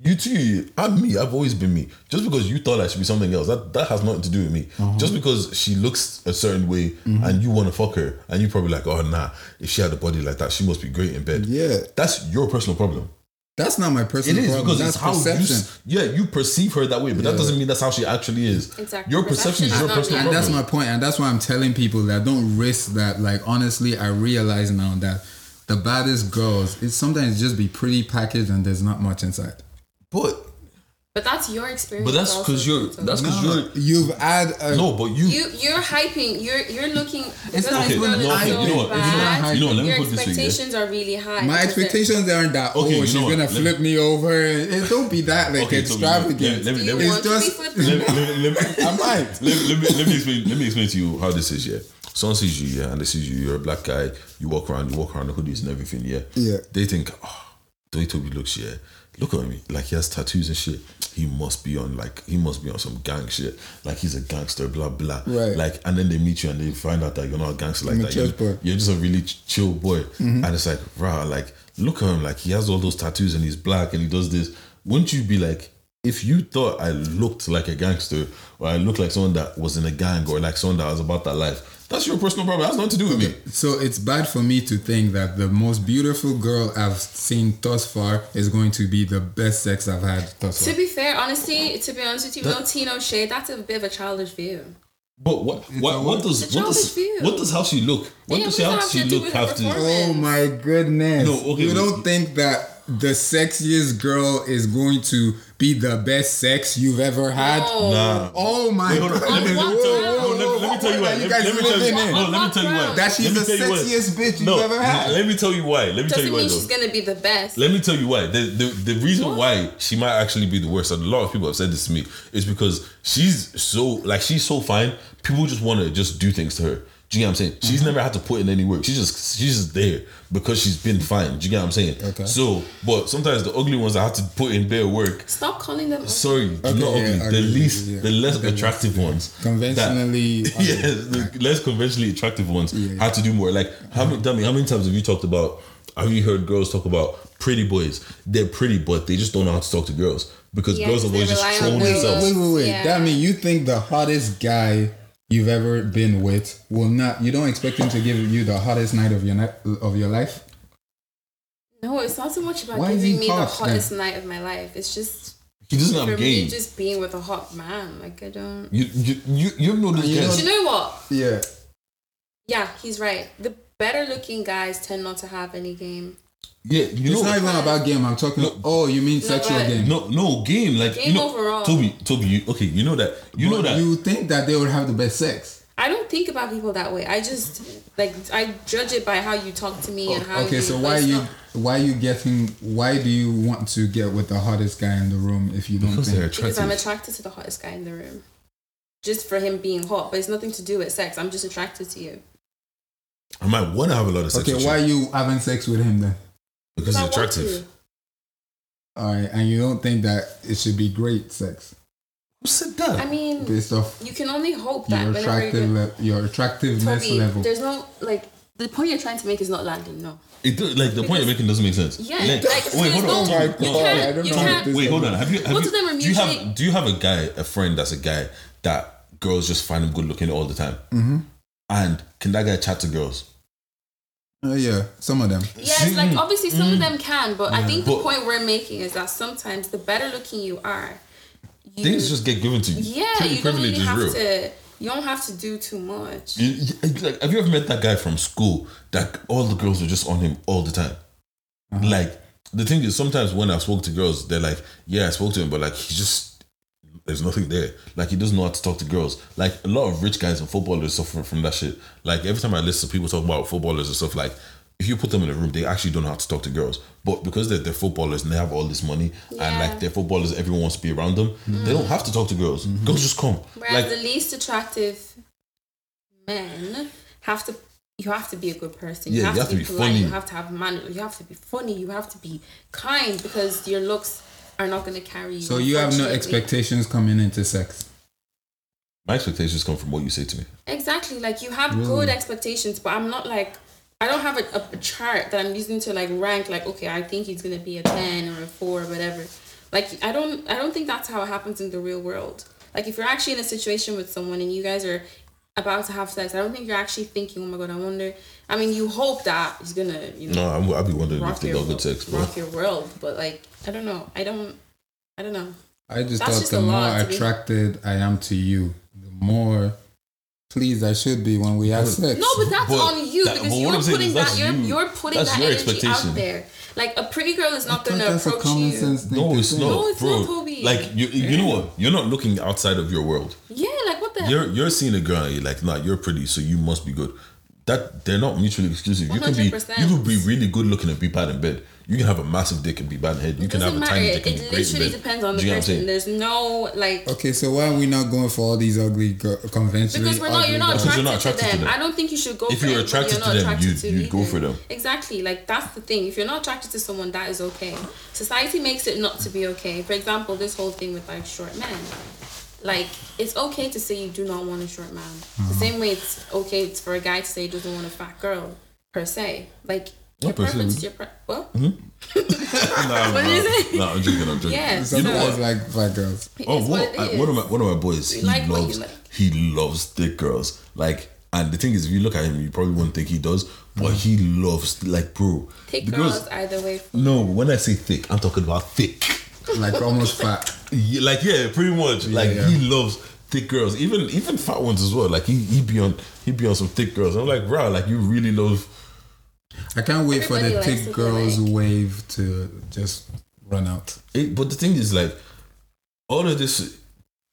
S5: You too, I'm me, I've always been me. Just because you thought I should be something else, that, that has nothing to do with me. Just because she looks a certain way and you wanna fuck her, and you probably like, oh nah, if she had a body like that, she must be great in bed.
S2: Yeah.
S5: That's your personal problem.
S2: That's not my
S5: It
S2: personal
S5: is
S2: problem.
S5: because
S2: That's
S5: it's how
S2: perception.
S5: you. Yeah, you perceive her that way, but that doesn't mean that's how she actually is.
S3: Exactly.
S5: Your perception is
S3: Perception
S5: your
S3: is not
S5: personal
S3: reality.
S5: problem.
S2: and that's my point and that's why i'm telling people that don't risk that like honestly i realize now that the baddest girls it sometimes just be pretty packaged and there's not much inside
S5: but
S3: But that's your experience.
S5: but that's
S3: also.
S5: because you're that's because you're
S2: Ah, you've had a
S5: no, but you.
S3: You you're hyping. You're you're looking. because
S2: not
S3: this
S5: okay,
S2: even
S5: no,
S3: girl is
S5: okay,
S3: so
S5: you know what? You know,
S3: bad,
S5: what, you know what, let me
S3: Your
S5: put it this way. yeah.
S3: expectations are really high.
S2: my
S3: because it-
S2: expectations aren't that
S5: Okay, you
S2: oh
S5: know
S2: she's
S5: what,
S2: gonna
S5: let me-
S2: flip me, over it don't be that like
S5: Okay, so
S2: extravagant
S5: let- let me-
S3: Do you
S5: It's
S3: want to
S2: just-
S3: be flippant?
S5: Let me- let me- let me-
S2: i might
S5: let, let me, let me explain. Let me explain to you how this is. Yeah, someone sees you, yeah, and they sees you. You're a black guy. You walk around. You walk around the hoodies and everything. Yeah.
S2: Yeah.
S5: They think, oh, the way Toby looks, yeah. Look at me. Like he has tattoos and shit. He must be on like he must be on some gang shit. Like he's a gangster. Blah blah.
S2: Right.
S5: Like and then they meet you and they find out that you're not a gangster like
S2: I'm a
S5: that. You're,
S2: church boy.
S5: you're just a really ch- chill boy. And it's like, rah, like look at him. Like he has all those tattoos and he's black and he does this. Wouldn't you be like? if you thought I looked like a gangster or I looked like someone that was in a gang or like someone that was about that life, that's your personal problem. That's nothing to do with me.
S2: so it's bad for me to think that the most beautiful girl i've seen thus far is going to be the best sex i've had thus
S3: To
S2: far
S3: be fair, honestly, to be honest with you, no Tino shade. That's a bit of a childish view.
S5: But what what, what does
S3: It's a
S5: what
S3: childish
S5: does
S3: view.
S5: what does how she look? What
S3: Yeah,
S5: does
S3: what
S5: how
S3: does
S5: she
S3: that have to do
S5: look
S3: with
S5: have
S3: her
S5: to?
S3: performance?
S2: Oh my goodness.
S5: No, okay,
S2: you
S5: wait.
S2: don't think that the sexiest girl is going to be the best sex you've ever had?
S3: Oh,
S5: Nah.
S2: Oh my
S5: Wait, hold on. Let me,
S2: goodness.
S5: let me
S3: Whoa,
S5: tell you.
S3: whoa,
S5: No, let, me- let me tell you
S2: why
S5: why.
S2: are
S5: Let,
S2: you
S5: let
S2: guys
S5: me tell you.
S2: living in?
S5: No, let me tell you why.
S2: That she's
S5: Let me
S2: the
S5: tell you why.
S2: sexiest bitch you've
S5: No,
S2: ever had.
S5: no, Let me tell you why. Let me tell
S3: doesn't
S5: you why
S3: mean
S5: though.
S3: she's gonna be the best.
S5: Let me tell you why. The, the the reason why she might actually be the worst, and a lot of people have said this to me, is because she's so like she's so fine. People just want to just do things to her. Do you get what I'm saying? She's never had to put in any work. She's just she's just there because she's been fine. Do you get what I'm saying?
S2: Okay.
S5: So, but sometimes the ugly ones that have to put in their work.
S3: Stop calling them.
S5: Sorry, they're
S2: Okay,
S5: not
S2: yeah,
S5: ugly.
S2: I
S5: the
S2: agree with
S5: least,
S2: you, yeah.
S5: the less
S2: The less,
S5: attractive ones. that-
S2: Conventionally ugly.
S5: yes, the less conventionally attractive ones
S2: Yeah.
S5: had to do more. Like how many, Dami, how many times have you talked about? Have you heard girls talk about pretty boys? They're pretty, but they just don't know how to talk to girls because
S3: Yeah,
S5: girls have
S3: they
S5: always just
S3: rely on
S5: thrown
S3: girls.
S5: themselves.
S2: Wait, wait, wait.
S3: Yeah.
S2: That mean you think the hottest guy you've ever been with will not you don't expect him to give you the hottest night of your night of your life?
S3: No, it's not so much about
S2: Why is he
S3: giving me
S2: harsh
S3: the
S2: then?
S3: hottest night of my life. It's just
S5: He doesn't
S3: for
S5: have
S3: me,
S5: game.
S3: just being with a hot man. Like I don't.
S5: You you you you've noticed
S2: Ah, You know-
S3: Do
S5: guys.
S3: you know what?
S2: Yeah.
S3: Yeah, he's right. The better looking guys tend not to have any game.
S5: Yeah, you
S2: It's
S5: know.
S2: not even about game. I'm talking oh, you mean sexual
S3: but-
S2: game.
S5: no, no game. Like you
S3: Game
S5: know,
S3: overall.
S5: Toby, Toby. You, okay, you know that. You know
S2: But
S5: that.
S2: you think that they would have the best sex.
S3: I don't think about people that way. I just like I judge it by how you talk to me and how.
S2: okay
S3: you,
S2: so why are
S3: it's
S2: you
S3: not-
S2: why are you getting why do you want to get with the hottest guy in the room if you don't
S5: because they're
S2: think
S3: Because I'm
S5: attractive.
S3: attracted to the hottest guy in the room, just for him being hot. But it's nothing to do with sex. I'm just attracted to you.
S5: I might want to have a lot of sex.
S2: okay
S5: with
S2: why are
S5: you
S2: you having sex with him then
S5: Because
S3: I
S5: he's
S3: want
S5: attractive.
S3: to.
S2: all right and you don't think that it should be great sex
S5: Who said that?
S3: I mean,
S2: based off
S3: you can only hope that
S2: your
S3: whenever you're
S2: attractive le- your attractiveness
S3: Toby,
S2: level
S3: there's no like the point you're trying to make is not landing. No.
S5: It do, like the point you're making doesn't make sense.
S3: Yeah, like,
S5: wait,
S3: there's
S5: hold on.
S3: no-
S5: Tom,
S3: you
S5: no,
S3: can't-
S5: wait,
S3: you
S5: Tom,
S3: can't-
S5: wait, hold on. Have you? Have
S3: Both
S5: you
S3: of them are
S5: do you have
S3: mutually-
S5: Do you have a guy, a friend that's a guy that girls just find him good looking all the time? And can that guy chat to girls?
S2: Oh, yeah some of them
S3: Yes, like obviously some of them can, but I think the
S5: Mm-hmm. But-
S3: point we're making is that sometimes the better looking you are, you,
S5: Things just get given to you.
S3: yeah,
S5: Pretty
S3: you don't
S5: privilege
S3: really
S5: is
S3: have
S5: real.
S3: to. You don't have to do too much.
S5: You- you- like, have you ever met that guy from school that all the girls were just on him all the time? Like the thing is, sometimes when I spoke to girls, they're like, "Yeah, I spoke to him, but like he just there's nothing there. Like he doesn't know how to talk to girls. Like a lot of rich guys and footballers suffer from that shit. Like every time I listen to people talk about footballers and stuff, like if you put them in a room, they actually don't know how to talk to girls. But because they're, they're footballers and they have all this money and
S3: Yeah.
S5: like they're footballers, everyone wants to be around them. They don't have to talk to girls. Girls just come.
S3: Whereas
S5: like
S3: the least attractive men have to. You have to be a good person.
S5: Yeah,
S3: you have, to, be, polite.
S5: funny.
S3: You have to have manners. You have to be funny. You have to be kind because your looks are not going to carry you.
S2: so you have no
S3: unfortunately.
S2: expectations coming into sex
S5: My expectations come from what you say to me.
S3: Exactly. Like you have good expectations, but I'm not like I don't have a, a chart that I'm using to like rank. Like okay, I think he's gonna be a ten or a four or whatever. Like I don't I don't think that's how it happens in the real world. Like if you're actually in a situation with someone and you guys are about to have sex, I don't think you're actually thinking, oh my god, I wonder. I mean, you hope that he's gonna you know
S5: No, I'm, I'll be wondering if
S3: rock
S5: they
S3: your
S5: got good
S3: world,
S5: sex, bro.
S3: rock your world. But like I don't know. I don't. I don't know.
S2: I just
S3: That's
S2: thought
S3: just
S2: the
S3: a
S2: more
S3: lot to be-
S2: attracted I am to you, the more pleased I should be when we have sex.
S3: No, but that's
S5: But
S3: on you
S5: that- but
S3: because
S5: what
S3: you're
S5: I'm saying
S3: putting
S5: is
S3: that
S5: that's
S3: you're,
S5: you.
S3: you're putting
S5: That's
S3: that
S5: your
S3: energy out
S5: expectation.
S3: there. Like a pretty girl is not
S2: I thought
S3: gonna
S2: that's a
S3: approach
S2: common
S3: you.
S2: sense thing.
S5: No,
S2: to
S5: it's
S2: do.
S5: not,
S3: No, it's
S5: bro.
S3: not, Toby.
S5: Like you, you know what? You're not looking outside of your world.
S3: Yeah, like what the
S5: You're you're seeing a girl and you're like, nah, you're pretty, so you must be good. That they're not mutually exclusive. You can be you
S3: 100%.
S5: could be really good looking and be bad in bed. You can have a massive dick and be bad in head. You can have
S3: doesn't
S5: a
S3: matter.
S5: tiny dick
S3: It,
S5: and be
S3: it
S5: great in
S3: literally
S5: bed.
S3: depends on
S5: Do
S3: the
S5: you know what I'm
S3: person.
S5: saying?
S3: There's no like
S2: Okay, so why are we not going for all these ugly go- conventional?
S3: because we're not you're not
S5: Because
S3: attracted,
S5: you're not
S3: to, them.
S5: attracted to them.
S3: I don't think you should go.
S5: If
S3: for
S5: you were
S3: anybody
S5: attracted
S3: you're not
S5: to them,
S3: attracted
S5: you'd-
S3: to
S5: you'd go
S3: either.
S5: for them.
S3: Exactly. Like that's the thing. If you're not attracted to someone, that is okay. Society makes it not to be okay. For example, this whole thing with like short men. Like it's okay to say you do not want a short man. The same way it's okay it's for a guy to say he doesn't want a fat girl per se. Like your
S5: per se,
S3: preference,
S5: we-
S3: is your pre- well,
S5: Mm-hmm. Nah,
S3: What
S5: nah,
S3: is it?
S5: nah, I'm joking. I'm joking.
S3: Yeah,
S5: You
S2: You
S5: know what?
S2: like fat girls.
S3: it's
S5: Oh,
S3: what,
S5: what,
S3: it
S5: I,
S3: is.
S5: one of my one of my boys, he
S3: like what you
S5: loves
S3: like.
S5: he loves thick girls. Like, and the thing is, if you look at him, you probably won't think he does, but he loves like, bro.
S3: Take
S5: the
S3: Mm. girls either way.
S5: No, when I say thick, I'm talking about thick.
S2: Like almost fat.
S5: Yeah, like yeah, pretty much. like
S2: yeah.
S5: he loves thick girls, even even fat ones as well. Like he he be on he be on some thick girls. I'm like, bro, like you really love.
S2: I can't wait
S3: Everybody
S2: for the
S3: likes
S2: thick
S3: what they
S2: girls
S3: like.
S2: wave to just run out.
S5: It, but the thing is, like, all of this,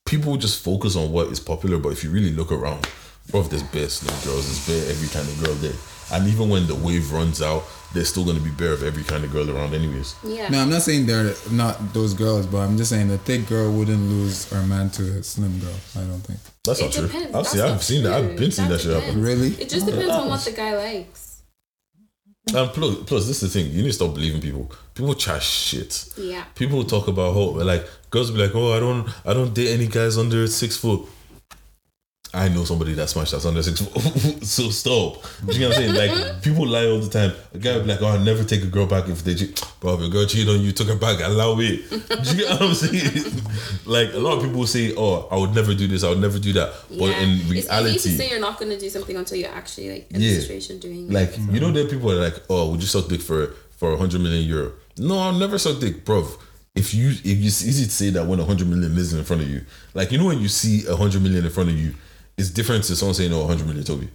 S5: people just focus on what is popular. But if you really look around, bro, there's bare slim girls, there's bare every kind of girl there. And even when the wave runs out, there's still gonna be bare of every kind of girl around, anyways.
S3: Yeah.
S2: No, I'm not saying they're not those girls, but I'm just saying the thick girl wouldn't lose her man to a slim girl. I don't think.
S5: That's
S3: It
S5: not true.
S3: depends.
S5: I've
S3: That's
S5: seen,
S3: not
S5: I've seen that. I've
S3: true.
S5: been seeing
S3: That
S5: that shit happen.
S3: depends.
S2: Really?
S3: It just depends on what the guy likes.
S5: And plus, plus, this is the thing. You need to stop believing people. People chat shit.
S3: Yeah.
S5: People talk about how like girls be like, oh, I don't, I don't date any guys under six foot. I know somebody that smashed that's under six foot. so stop. Do you know what I'm saying? Like people lie all the time. A guy will be like, oh, I never take a girl back if they, che-. bro, if your girl cheated on you, took her back, allow it. Do you get what I'm saying? like a lot of people say, oh, I would never do this, I would never do that. But
S3: yeah.
S5: in reality,
S3: it's easy to say you're not going to do something until you're actually like in
S5: Yeah.
S3: the situation doing it.
S5: like you know, there are people that are like, oh, would you suck dick for for hundred million euro? No, I'll never suck dick, bro. If you, if you, it's easy to say that when hundred million is in front of you, like you know, when you see hundred million in front of you, it's different to someone saying, oh, hundred million, Toby.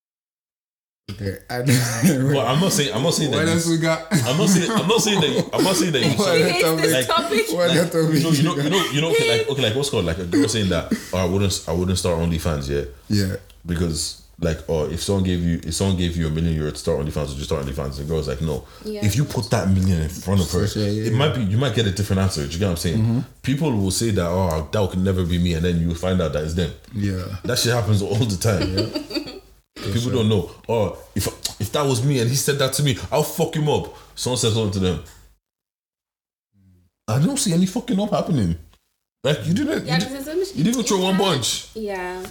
S2: Okay. I,
S5: But I'm not saying, I'm not saying
S2: what
S5: that.
S2: else
S5: You,
S2: we got?
S5: I'm not saying, I'm not saying that. You, I'm not saying that. You,
S2: What
S5: suck-
S3: He hates this
S2: Like-
S3: topic.
S2: what
S5: like,
S2: else we
S5: you know, you know,
S2: got?
S5: you know, you know, okay, like, okay, like what's called like a girl saying that, oh, I wouldn't, I wouldn't start OnlyFans, yeah,
S2: Yeah.
S5: because like oh if someone gave you if someone gave you a million euro to start OnlyFans would you start OnlyFans and the girl's like no
S3: Yeah.
S5: if you put that million in front of her
S2: Yeah, yeah,
S5: it
S2: yeah. Mm-hmm.
S5: might be you might get a different answer do you get what I'm saying people will say that oh that could never be me and then you find out that it's them
S2: Yeah.
S5: that shit happens all the time yeah? people don't know oh if if that was me and he said that to me I'll fuck him up someone says something to them I don't see any fucking up happening like you didn't
S3: yeah,
S5: you, didn't
S3: because it's
S5: you didn't even throw one bunch
S3: Yeah.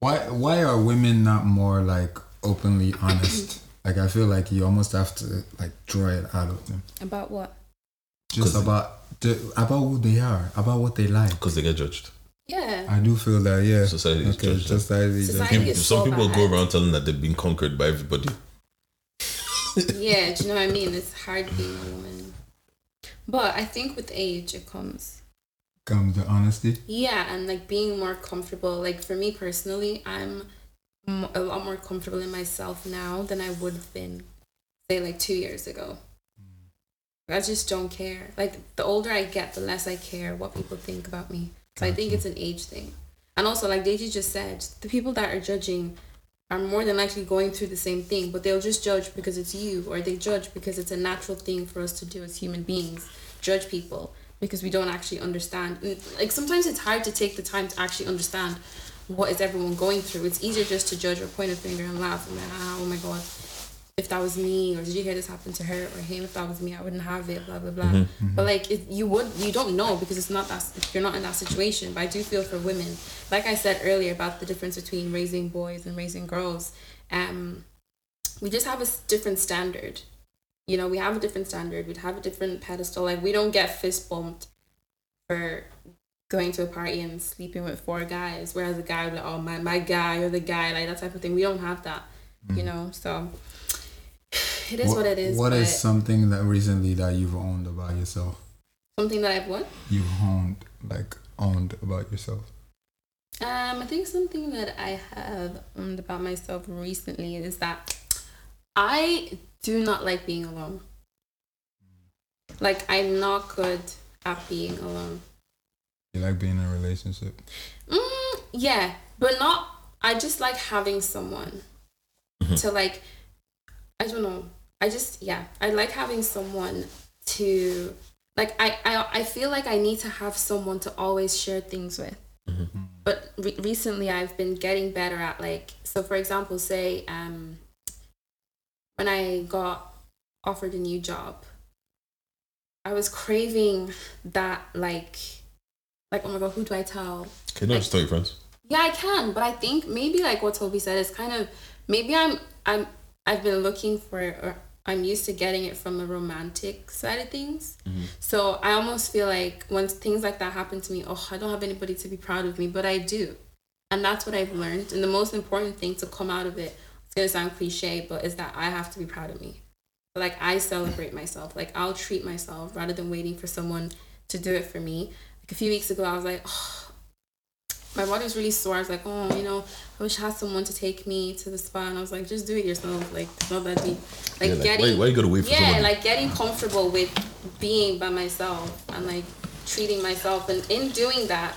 S2: Why why are women not more like openly honest? like I feel like you almost have to like draw it out of them.
S3: About what?
S2: Just
S5: 'Cause-
S2: about the, about who they are, about what they like.
S5: because they get judged
S3: Yeah.
S2: I do feel that, yeah.
S5: Society is
S2: okay,
S5: judged them.
S2: society is judged.
S3: Society-
S5: People,
S3: think it's
S5: some
S3: so
S5: people
S3: bad.
S5: go around telling that they've been conquered by everybody.
S3: yeah. Do you know what I mean? It's hard being a woman. But I think with age it comes.
S2: comes the honesty.
S3: Yeah, and like being more comfortable. Like for me personally, I'm m- a lot more comfortable in myself now than I would have been, say, like two years ago. I just don't care. Like the older I get, the less I care what people think about me. So I think it's an age thing. And also, like Deji just said, the people that are judging are more than likely going through the same thing, but they'll just judge because it's you, or they judge because it's a natural thing for us to do as human beings, judge people because we don't actually understand. And, Like sometimes it's hard to take the time to actually understand what is everyone going through. It's easier just to judge or point a finger and laugh and then, ah, oh my god, if that was me or did you hear this happen to her or him if that was me i wouldn't have it blah blah blah but like it, you would you don't know because it's not that if you're not in that situation but i do feel for women like i said earlier about the difference between raising boys and raising girls um we just have a s- different standard you know we have a different standard we'd have a different pedestal like we don't get fist bumped for going to a party and sleeping with four guys whereas a guy would be like oh my, my guy or the guy like that type of thing we don't have that you know so it is what, it is
S2: Mm. What
S3: but
S2: is something that recently that you've owned about yourself?
S3: something that i've won
S2: You've owned, like, owned about yourself.
S3: um i think something that i have owned about myself recently is that i do not like being alone like i'm not good at being alone
S2: You like being in a relationship?
S3: Mm, yeah, but not. I just like having someone to like. I don't know. I just yeah. I like having someone to like. I I I feel like I need to have someone to always share things with. But re- recently, I've been getting better at like. So, for example, say um. When I got offered a new job, I was craving that like, like oh my god, who do I tell?
S5: Can I just tell your friends?
S3: Yeah, I can, but I think maybe like what Toby said is kind of maybe I'm I'm I've been looking for it or I'm used to getting it from the romantic side of things. So I almost feel like when things like that happen to me, oh, I don't have anybody to be proud of me, but I do. And that's what I've learned. And the most important thing to come out of it, it's gonna sound cliche, but is that I have to be proud of me. Like I celebrate myself. Like I'll treat myself rather than waiting for someone to do it for me. Like a few weeks ago I was like, oh, my body was really sore. I was like, oh, you know, I wish I had someone to take me to the spa. And I was like, just do it yourself. Like, it's not that deep. Like,
S5: Yeah, like,
S3: getting,
S5: why- why you gotta wait for
S3: yeah,
S5: someone?
S3: like getting comfortable with being by myself and like treating myself. And in doing that,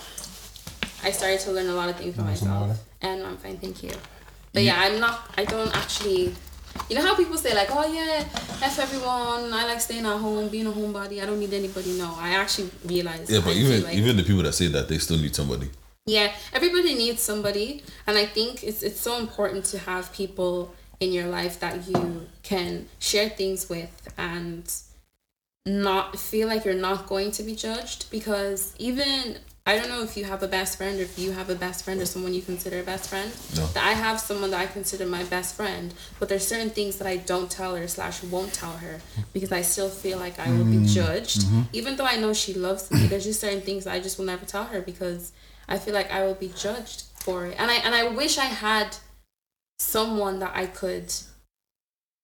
S3: I started to learn a lot of things for
S2: Want some
S3: myself.
S2: water?
S3: And I'm fine, thank you. But yeah, I'm not, I don't actually, you know how people say like, oh yeah, F everyone, I like staying at home, being a homebody, I don't need anybody. No, I actually realized.
S5: Yeah, but
S3: I
S5: even
S3: feel like-
S5: even the people that say that they still need somebody.
S3: yeah, everybody needs somebody, and I think it's it's so important to have people in your life that you can share things with and not feel like you're not going to be judged because even I don't know if you have a best friend or if you have a best friend or someone you consider a best friend.
S5: No.
S3: That I have someone that I consider my best friend, but there's certain things that I don't tell her slash won't tell her because I still feel like I will
S5: Mm-hmm.
S3: be judged. Even though I know she loves me, there's just certain things that I just will never tell her because I feel like I will be judged for it. And I and I wish I had someone that I could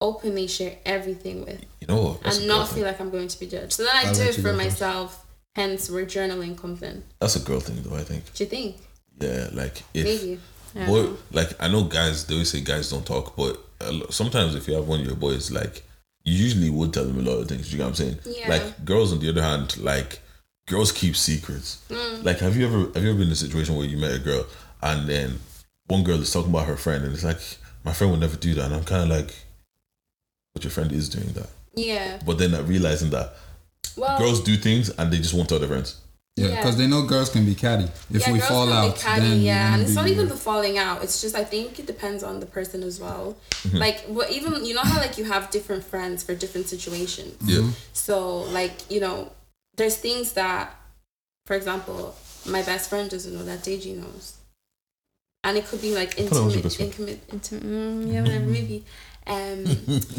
S3: openly share everything with
S5: You know what? That's
S3: and
S5: a
S3: not
S5: girl thing.
S3: feel like I'm going to be judged. So then I
S2: I'll
S3: do
S2: let
S3: it
S2: you
S3: for
S2: go first.
S3: myself. Hence, we're journaling content.
S5: That's a girl thing, though. I think.
S3: Do you think?
S5: Yeah, like if
S3: Maybe. I don't
S5: boy,
S3: know.
S5: like I know guys, they always say guys don't talk, but a lo- sometimes if you have one of your boys, like you usually would tell them a lot of things. You know what I'm saying?
S3: Yeah.
S5: Like girls, on the other hand, like girls keep secrets. Like have you ever have you ever been in a situation where you met a girl and then one girl is talking about her friend and it's like my friend would never do that, and I'm kind of like, but your friend is doing that.
S3: Yeah.
S5: But then I'm realizing that
S3: Well,
S5: girls do things and they just won't tell their friends.
S2: Yeah,
S3: Yeah.
S2: because they know girls can be catty. If
S3: yeah,
S2: we
S3: girls
S2: fall
S3: can be
S2: out,
S3: catty,
S2: then
S3: yeah, and it's not even the
S2: the
S3: falling out. It's just I think it depends on the person as well.
S2: Mm-hmm.
S3: Like, well, even you know how like you have different friends for different situations.
S5: Yeah.
S3: So like you know, there's things that, for example, my best friend doesn't know that Deji knows, and it could be like
S5: thought I was
S3: intimate,
S5: your best friend.
S3: intimate, intimate. Mm, yeah, whatever, maybe. Um,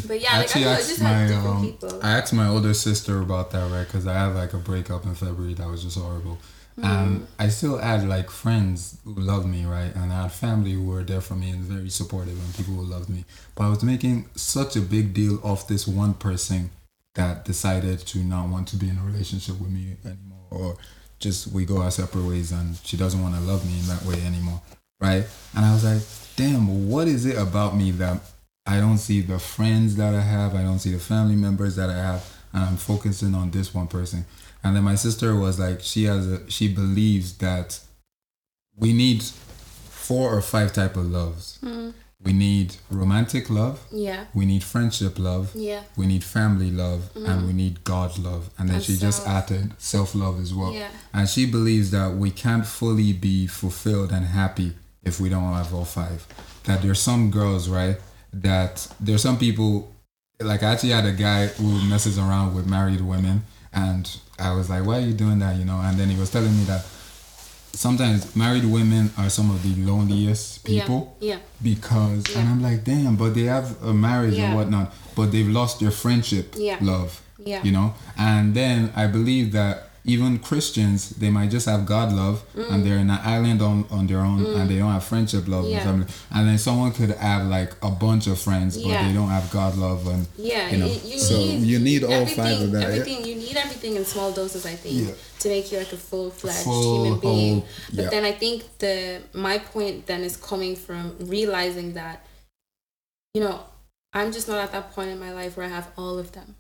S3: but yeah,
S2: I
S3: like
S2: actually
S3: I, don't know, I
S2: asked
S3: just have
S2: my
S3: different
S2: um,
S3: people.
S2: I asked my older sister about that right because I had like a breakup in February that was just horrible.
S3: Mm-hmm.
S2: Um, I still had like friends who loved me right, and I had family who were there for me and very supportive and people who loved me. But I was making such a big deal of this one person that decided to not want to be in a relationship with me anymore, or just we go our separate ways and she doesn't want to love me in that way anymore, right? And I was like, damn, what is it about me that I don't see the friends that I have, I don't see the family members that I have, and I'm focusing on this one person. And then my sister was like, she has a, she believes that we need four or five type of loves. We need romantic love,
S3: yeah,
S2: we need friendship love,
S3: yeah, Mm.
S2: we need family love and we need God love. And then
S3: And
S2: she just
S3: self.
S2: added self love as well.
S3: Yeah.
S2: And she believes that we can't fully be fulfilled and happy if we don't have all five. That there's some girls, right, that there's some people like I actually had a guy who messes around with married women and I was like, Why are you doing that? you know? And then he was telling me that sometimes married women are some of the loneliest people
S3: Yeah.
S2: because and
S3: Yeah.
S2: I'm like, damn, but they have a marriage
S3: Yeah.
S2: and whatnot, but they've lost their friendship
S3: Yeah.
S2: love.
S3: Yeah.
S2: You know? And then I believe that even Christians, they might just have God love and they're in an island on, on their own and they don't have friendship love
S3: Mm. Yeah.
S2: and family. And then someone could have like a bunch of friends but
S3: Yeah.
S2: they don't have God love and
S3: Yeah,
S2: you know.
S3: you, you
S2: so
S3: need
S2: you need all
S3: everything,
S2: five of that. yeah?
S3: Everything you need everything in small doses, I think,
S2: Yeah.
S3: to make you like a full fledged
S2: Full,
S3: human being.
S2: whole-
S3: But
S2: yeah.
S3: then I think the my point then is coming from realizing that, you know, I'm just not at that point in my life where I have all of them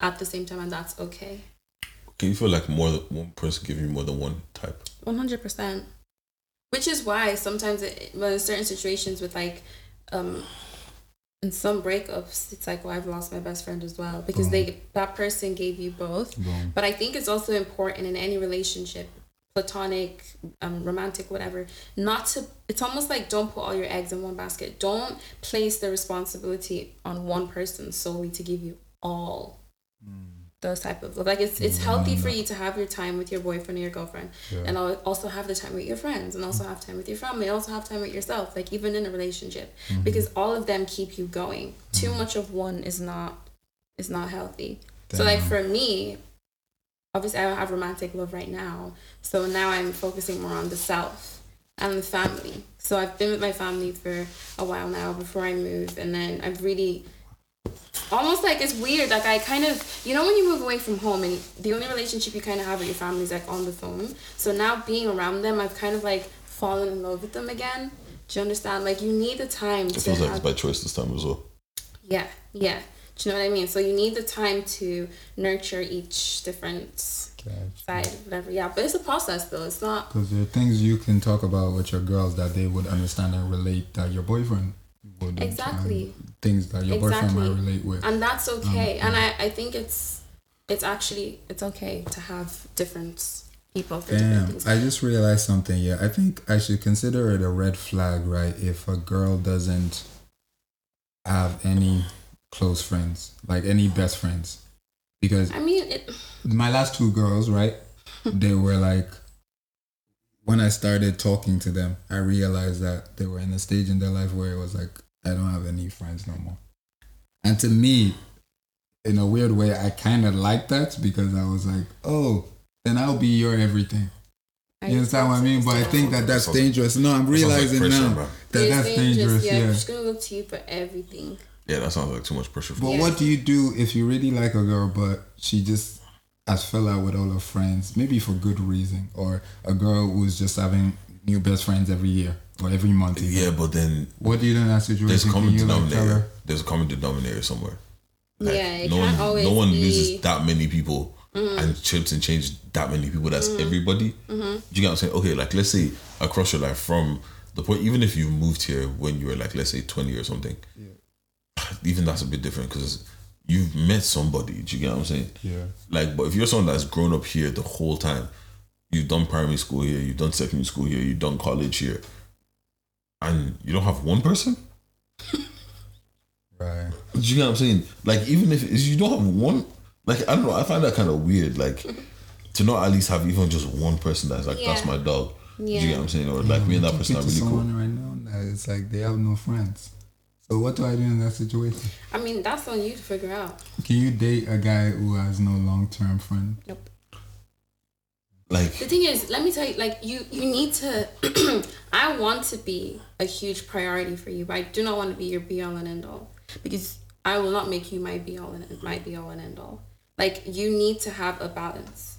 S3: at the same time, and that's okay.
S5: Can you feel like more than one person give you more than one type?
S3: One hundred percent. Which is why sometimes, it, well, in certain situations, with like, um, in some breakups, it's like, well, I've lost my best friend as well because they that person gave you both.
S2: Boom.
S3: But I think it's also important in any relationship, platonic, um, romantic, whatever, not to. It's almost like don't put all your eggs in one basket. Don't place the responsibility on one person solely to give you all those type of like it's it's healthy for you to have your time with your boyfriend or your girlfriend and al- also have the time with your friends and also have time with your family also have time with yourself like even in a relationship because all of them keep you going too much of one is not is not healthy so like
S2: Damn.
S3: for me obviously i don't have romantic love right now so now i'm focusing more on the self and the family so i've been with my family for a while now before i moved and then i've really almost like it's weird. Like I kind of, you know, when you move away from home and the only relationship you kind of have with your family is like on the phone. So now being around them, I've kind of like fallen in love with them again. Do you understand? Like you need the time
S5: It
S3: to
S5: feels like it's
S3: have-
S5: by choice this time as well.
S3: yeah, yeah. Do you know what I mean? So you need the time to nurture each different side, whatever. Yeah, but it's a process though. It's not.
S2: Because there are things you can talk about with your girls that they would understand and relate that your boyfriend would
S3: Exactly.
S2: things that your boyfriend
S3: Exactly.
S2: might relate with. um,
S3: and that's okay and I, I think it's it's actually it's okay to have different people for different
S2: Damn,
S3: things
S2: I just realized something. Yeah, I think I should consider it a red flag, right? If a girl doesn't have any close friends, like any best friends, because
S3: i mean it
S2: my last two girls, right? They were like, when I started talking to them, I realized that they were in a stage in their life where it was like, I don't have any friends no more. And to me, in a weird way, I kind of liked that because I was like, oh, then I'll be your everything. You understand what I mean? But I think that that's
S5: Sounds-
S2: dangerous. No, I'm realizing
S5: pressure,
S2: now
S5: bro.
S2: that
S3: It's
S2: that's dangerous.
S3: Yeah, I'm
S2: Yeah.
S3: just gonna look to you for everything.
S5: Yeah, that sounds like too much pressure. For
S2: But
S5: me.
S3: Yeah.
S2: what do you do if you really like a girl, but she just has fell out with all her friends, maybe for good reason, or a girl who's just having new best friends every year or every month? even?
S5: Yeah, but then
S2: What do you do in that situation?
S5: there's a
S2: Can
S5: common
S2: you, like, tell
S5: denominator.
S2: her?
S5: There's a common denominator somewhere. Like,
S3: yeah, it
S5: no
S3: can't
S5: one,
S3: always
S5: no one
S3: be. Mm.
S5: loses that many people and chips and changes that many people. That's everybody.
S3: Mm-hmm.
S5: Do you get what I'm saying? Okay, like let's say across your life from the point, even if you moved here when you were like let's say 20 or something, even that's a bit different because you've met somebody. Do you get what I'm saying?
S2: Yeah.
S5: Like, but if you're someone that's grown up here the whole time, you've done primary school here, you've done secondary school here, you've done college here, and you don't have one person.
S2: Right.
S5: Do you know what I'm saying? Like, even if if you don't have one, like, I don't know, I find that kind of weird. Like, to not at least have even just one person that's like, that's
S3: Yeah.
S5: my dog. Do
S3: Yeah.
S5: you know what I'm saying? Or like, me and that person
S2: Talking
S5: are
S2: to
S5: really cool.
S2: someone right now that it's like they have no friends. So what do I do in that situation?
S3: I mean, that's on you to figure out.
S2: Can you date a guy who has no long term friend?
S3: Nope. The
S5: Like,
S3: thing is, let me tell you, like you, you need to. I want to be a huge priority for you, but I do not want to be your be all and end all because I will not make you my be all and my be all and end all. Like you need to have a balance.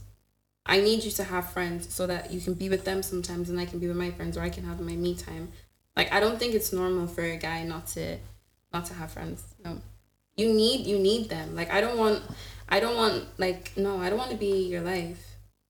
S3: I need you to have friends so that you can be with them sometimes, and I can be with my friends, or I can have my me time. Like I don't think it's normal for a guy not to, not to have friends. No, you need you need them. Like I don't want, I don't want like no, I don't want to be your life.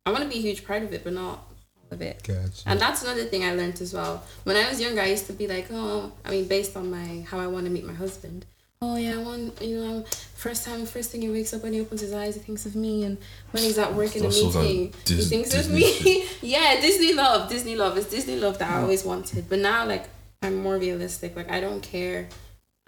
S3: I want to be a huge part of it, but not all of it.
S2: Gotcha.
S3: And that's another thing I learned as well. When I was younger, I used to be like, oh, I mean, based on my how I want to meet my husband. Oh yeah, I want you know, first time, first thing he wakes up when he opens his eyes, he thinks of me, and when he's at work in a
S5: That's so bad.
S3: meeting, he
S5: Dis-
S3: thinks
S5: Disney
S3: of me. yeah, Disney love, Disney love. It's Disney love that I always wanted, but now like I'm more realistic. Like I don't care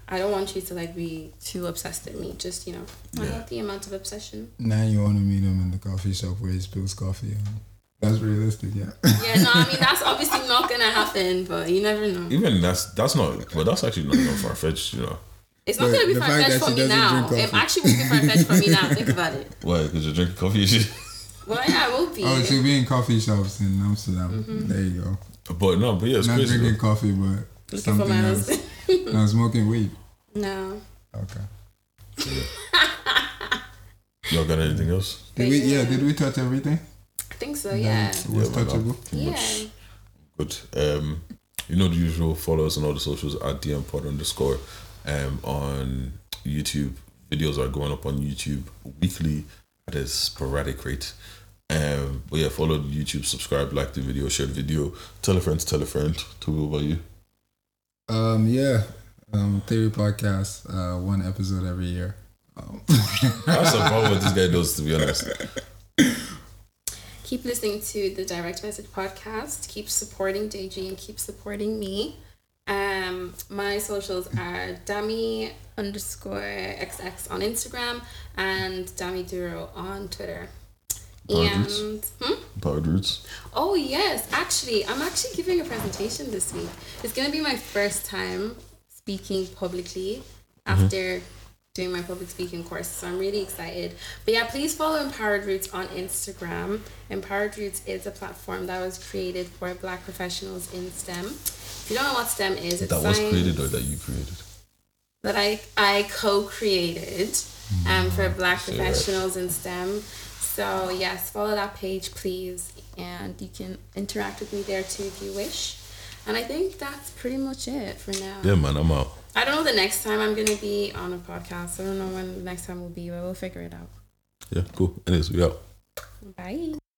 S3: I don't want you to like be too obsessed with me. Just you know, a
S5: Yeah.
S3: healthy amount of obsession.
S2: Now you want to meet him in the coffee shop where he spills coffee. on. That's realistic, yeah.
S3: Yeah, no, I mean that's obviously not gonna happen, but you never know.
S5: Even that's that's not, but that's actually not even far fetched, you know.
S3: It's not
S2: But
S3: gonna be
S2: the
S3: far
S2: fact that
S3: fetched for
S2: she
S3: me
S2: doesn't
S3: now.
S2: drink
S3: It
S2: coffee.
S3: actually won't be far fetched for me now. Think about it.
S5: Why? Because you're drinking coffee and shit.
S3: Well, yeah, it will be.
S2: oh, she'll be in coffee shops in Amsterdam. There you go.
S5: But no, but yeah, it's
S2: Not
S5: crazy.
S2: drinking
S5: though.
S2: coffee, but
S3: Mm-hmm. Looking for
S2: something
S3: my
S2: else.
S3: husband.
S2: no, smoking weed.
S3: No.
S2: Okay.
S5: Y'all got anything else?
S2: Did we? Yeah. Did we touch everything?
S3: I think so, Oh, yeah.
S2: It was
S5: Yeah, man,
S2: touchable.
S5: pretty
S3: Yeah.
S5: much Good. Um, you know the usual. Follow us on all the socials at DM Pod underscore. Um, on YouTube, videos are going up on YouTube weekly at a sporadic rate. Um, but yeah, follow the YouTube, subscribe, like the video, share the video, tell a friend, to tell a friend. Toby, what about you?
S2: Um. Yeah. Um. Theory podcast. Uh. One episode every year. Um,
S5: That's a problem with this guy does, to be honest.
S3: Keep listening to the Direct Message podcast. Keep supporting Deji and keep supporting me. Um, my socials are Dami underscore XX on Instagram and Dami Duro on Twitter.
S5: Gorgeous.
S3: And hmm?
S5: Empowered Roots.
S3: oh yes, actually, I'm actually giving a presentation this week. It's gonna be my first time speaking publicly
S5: Mm-hmm.
S3: after doing my public speaking course, so I'm really excited. But yeah, please follow Empowered Roots on Instagram. Empowered Roots is a platform that was created for Black professionals in STEM. If you don't know what STEM is, it's
S5: That was
S3: science
S5: created or that you created?
S3: that I I co-created um, for Black
S5: Sure.
S3: professionals in STEM. So yes, follow that page, please, and you can interact with me there too if you wish. And I think that's pretty much it for now.
S5: Yeah, man, I'm out.
S3: I don't know the next time I'm gonna be on a podcast. I don't know when the next time will be, but we'll figure it out.
S5: Yeah, cool. Anyways, we out.
S3: Bye.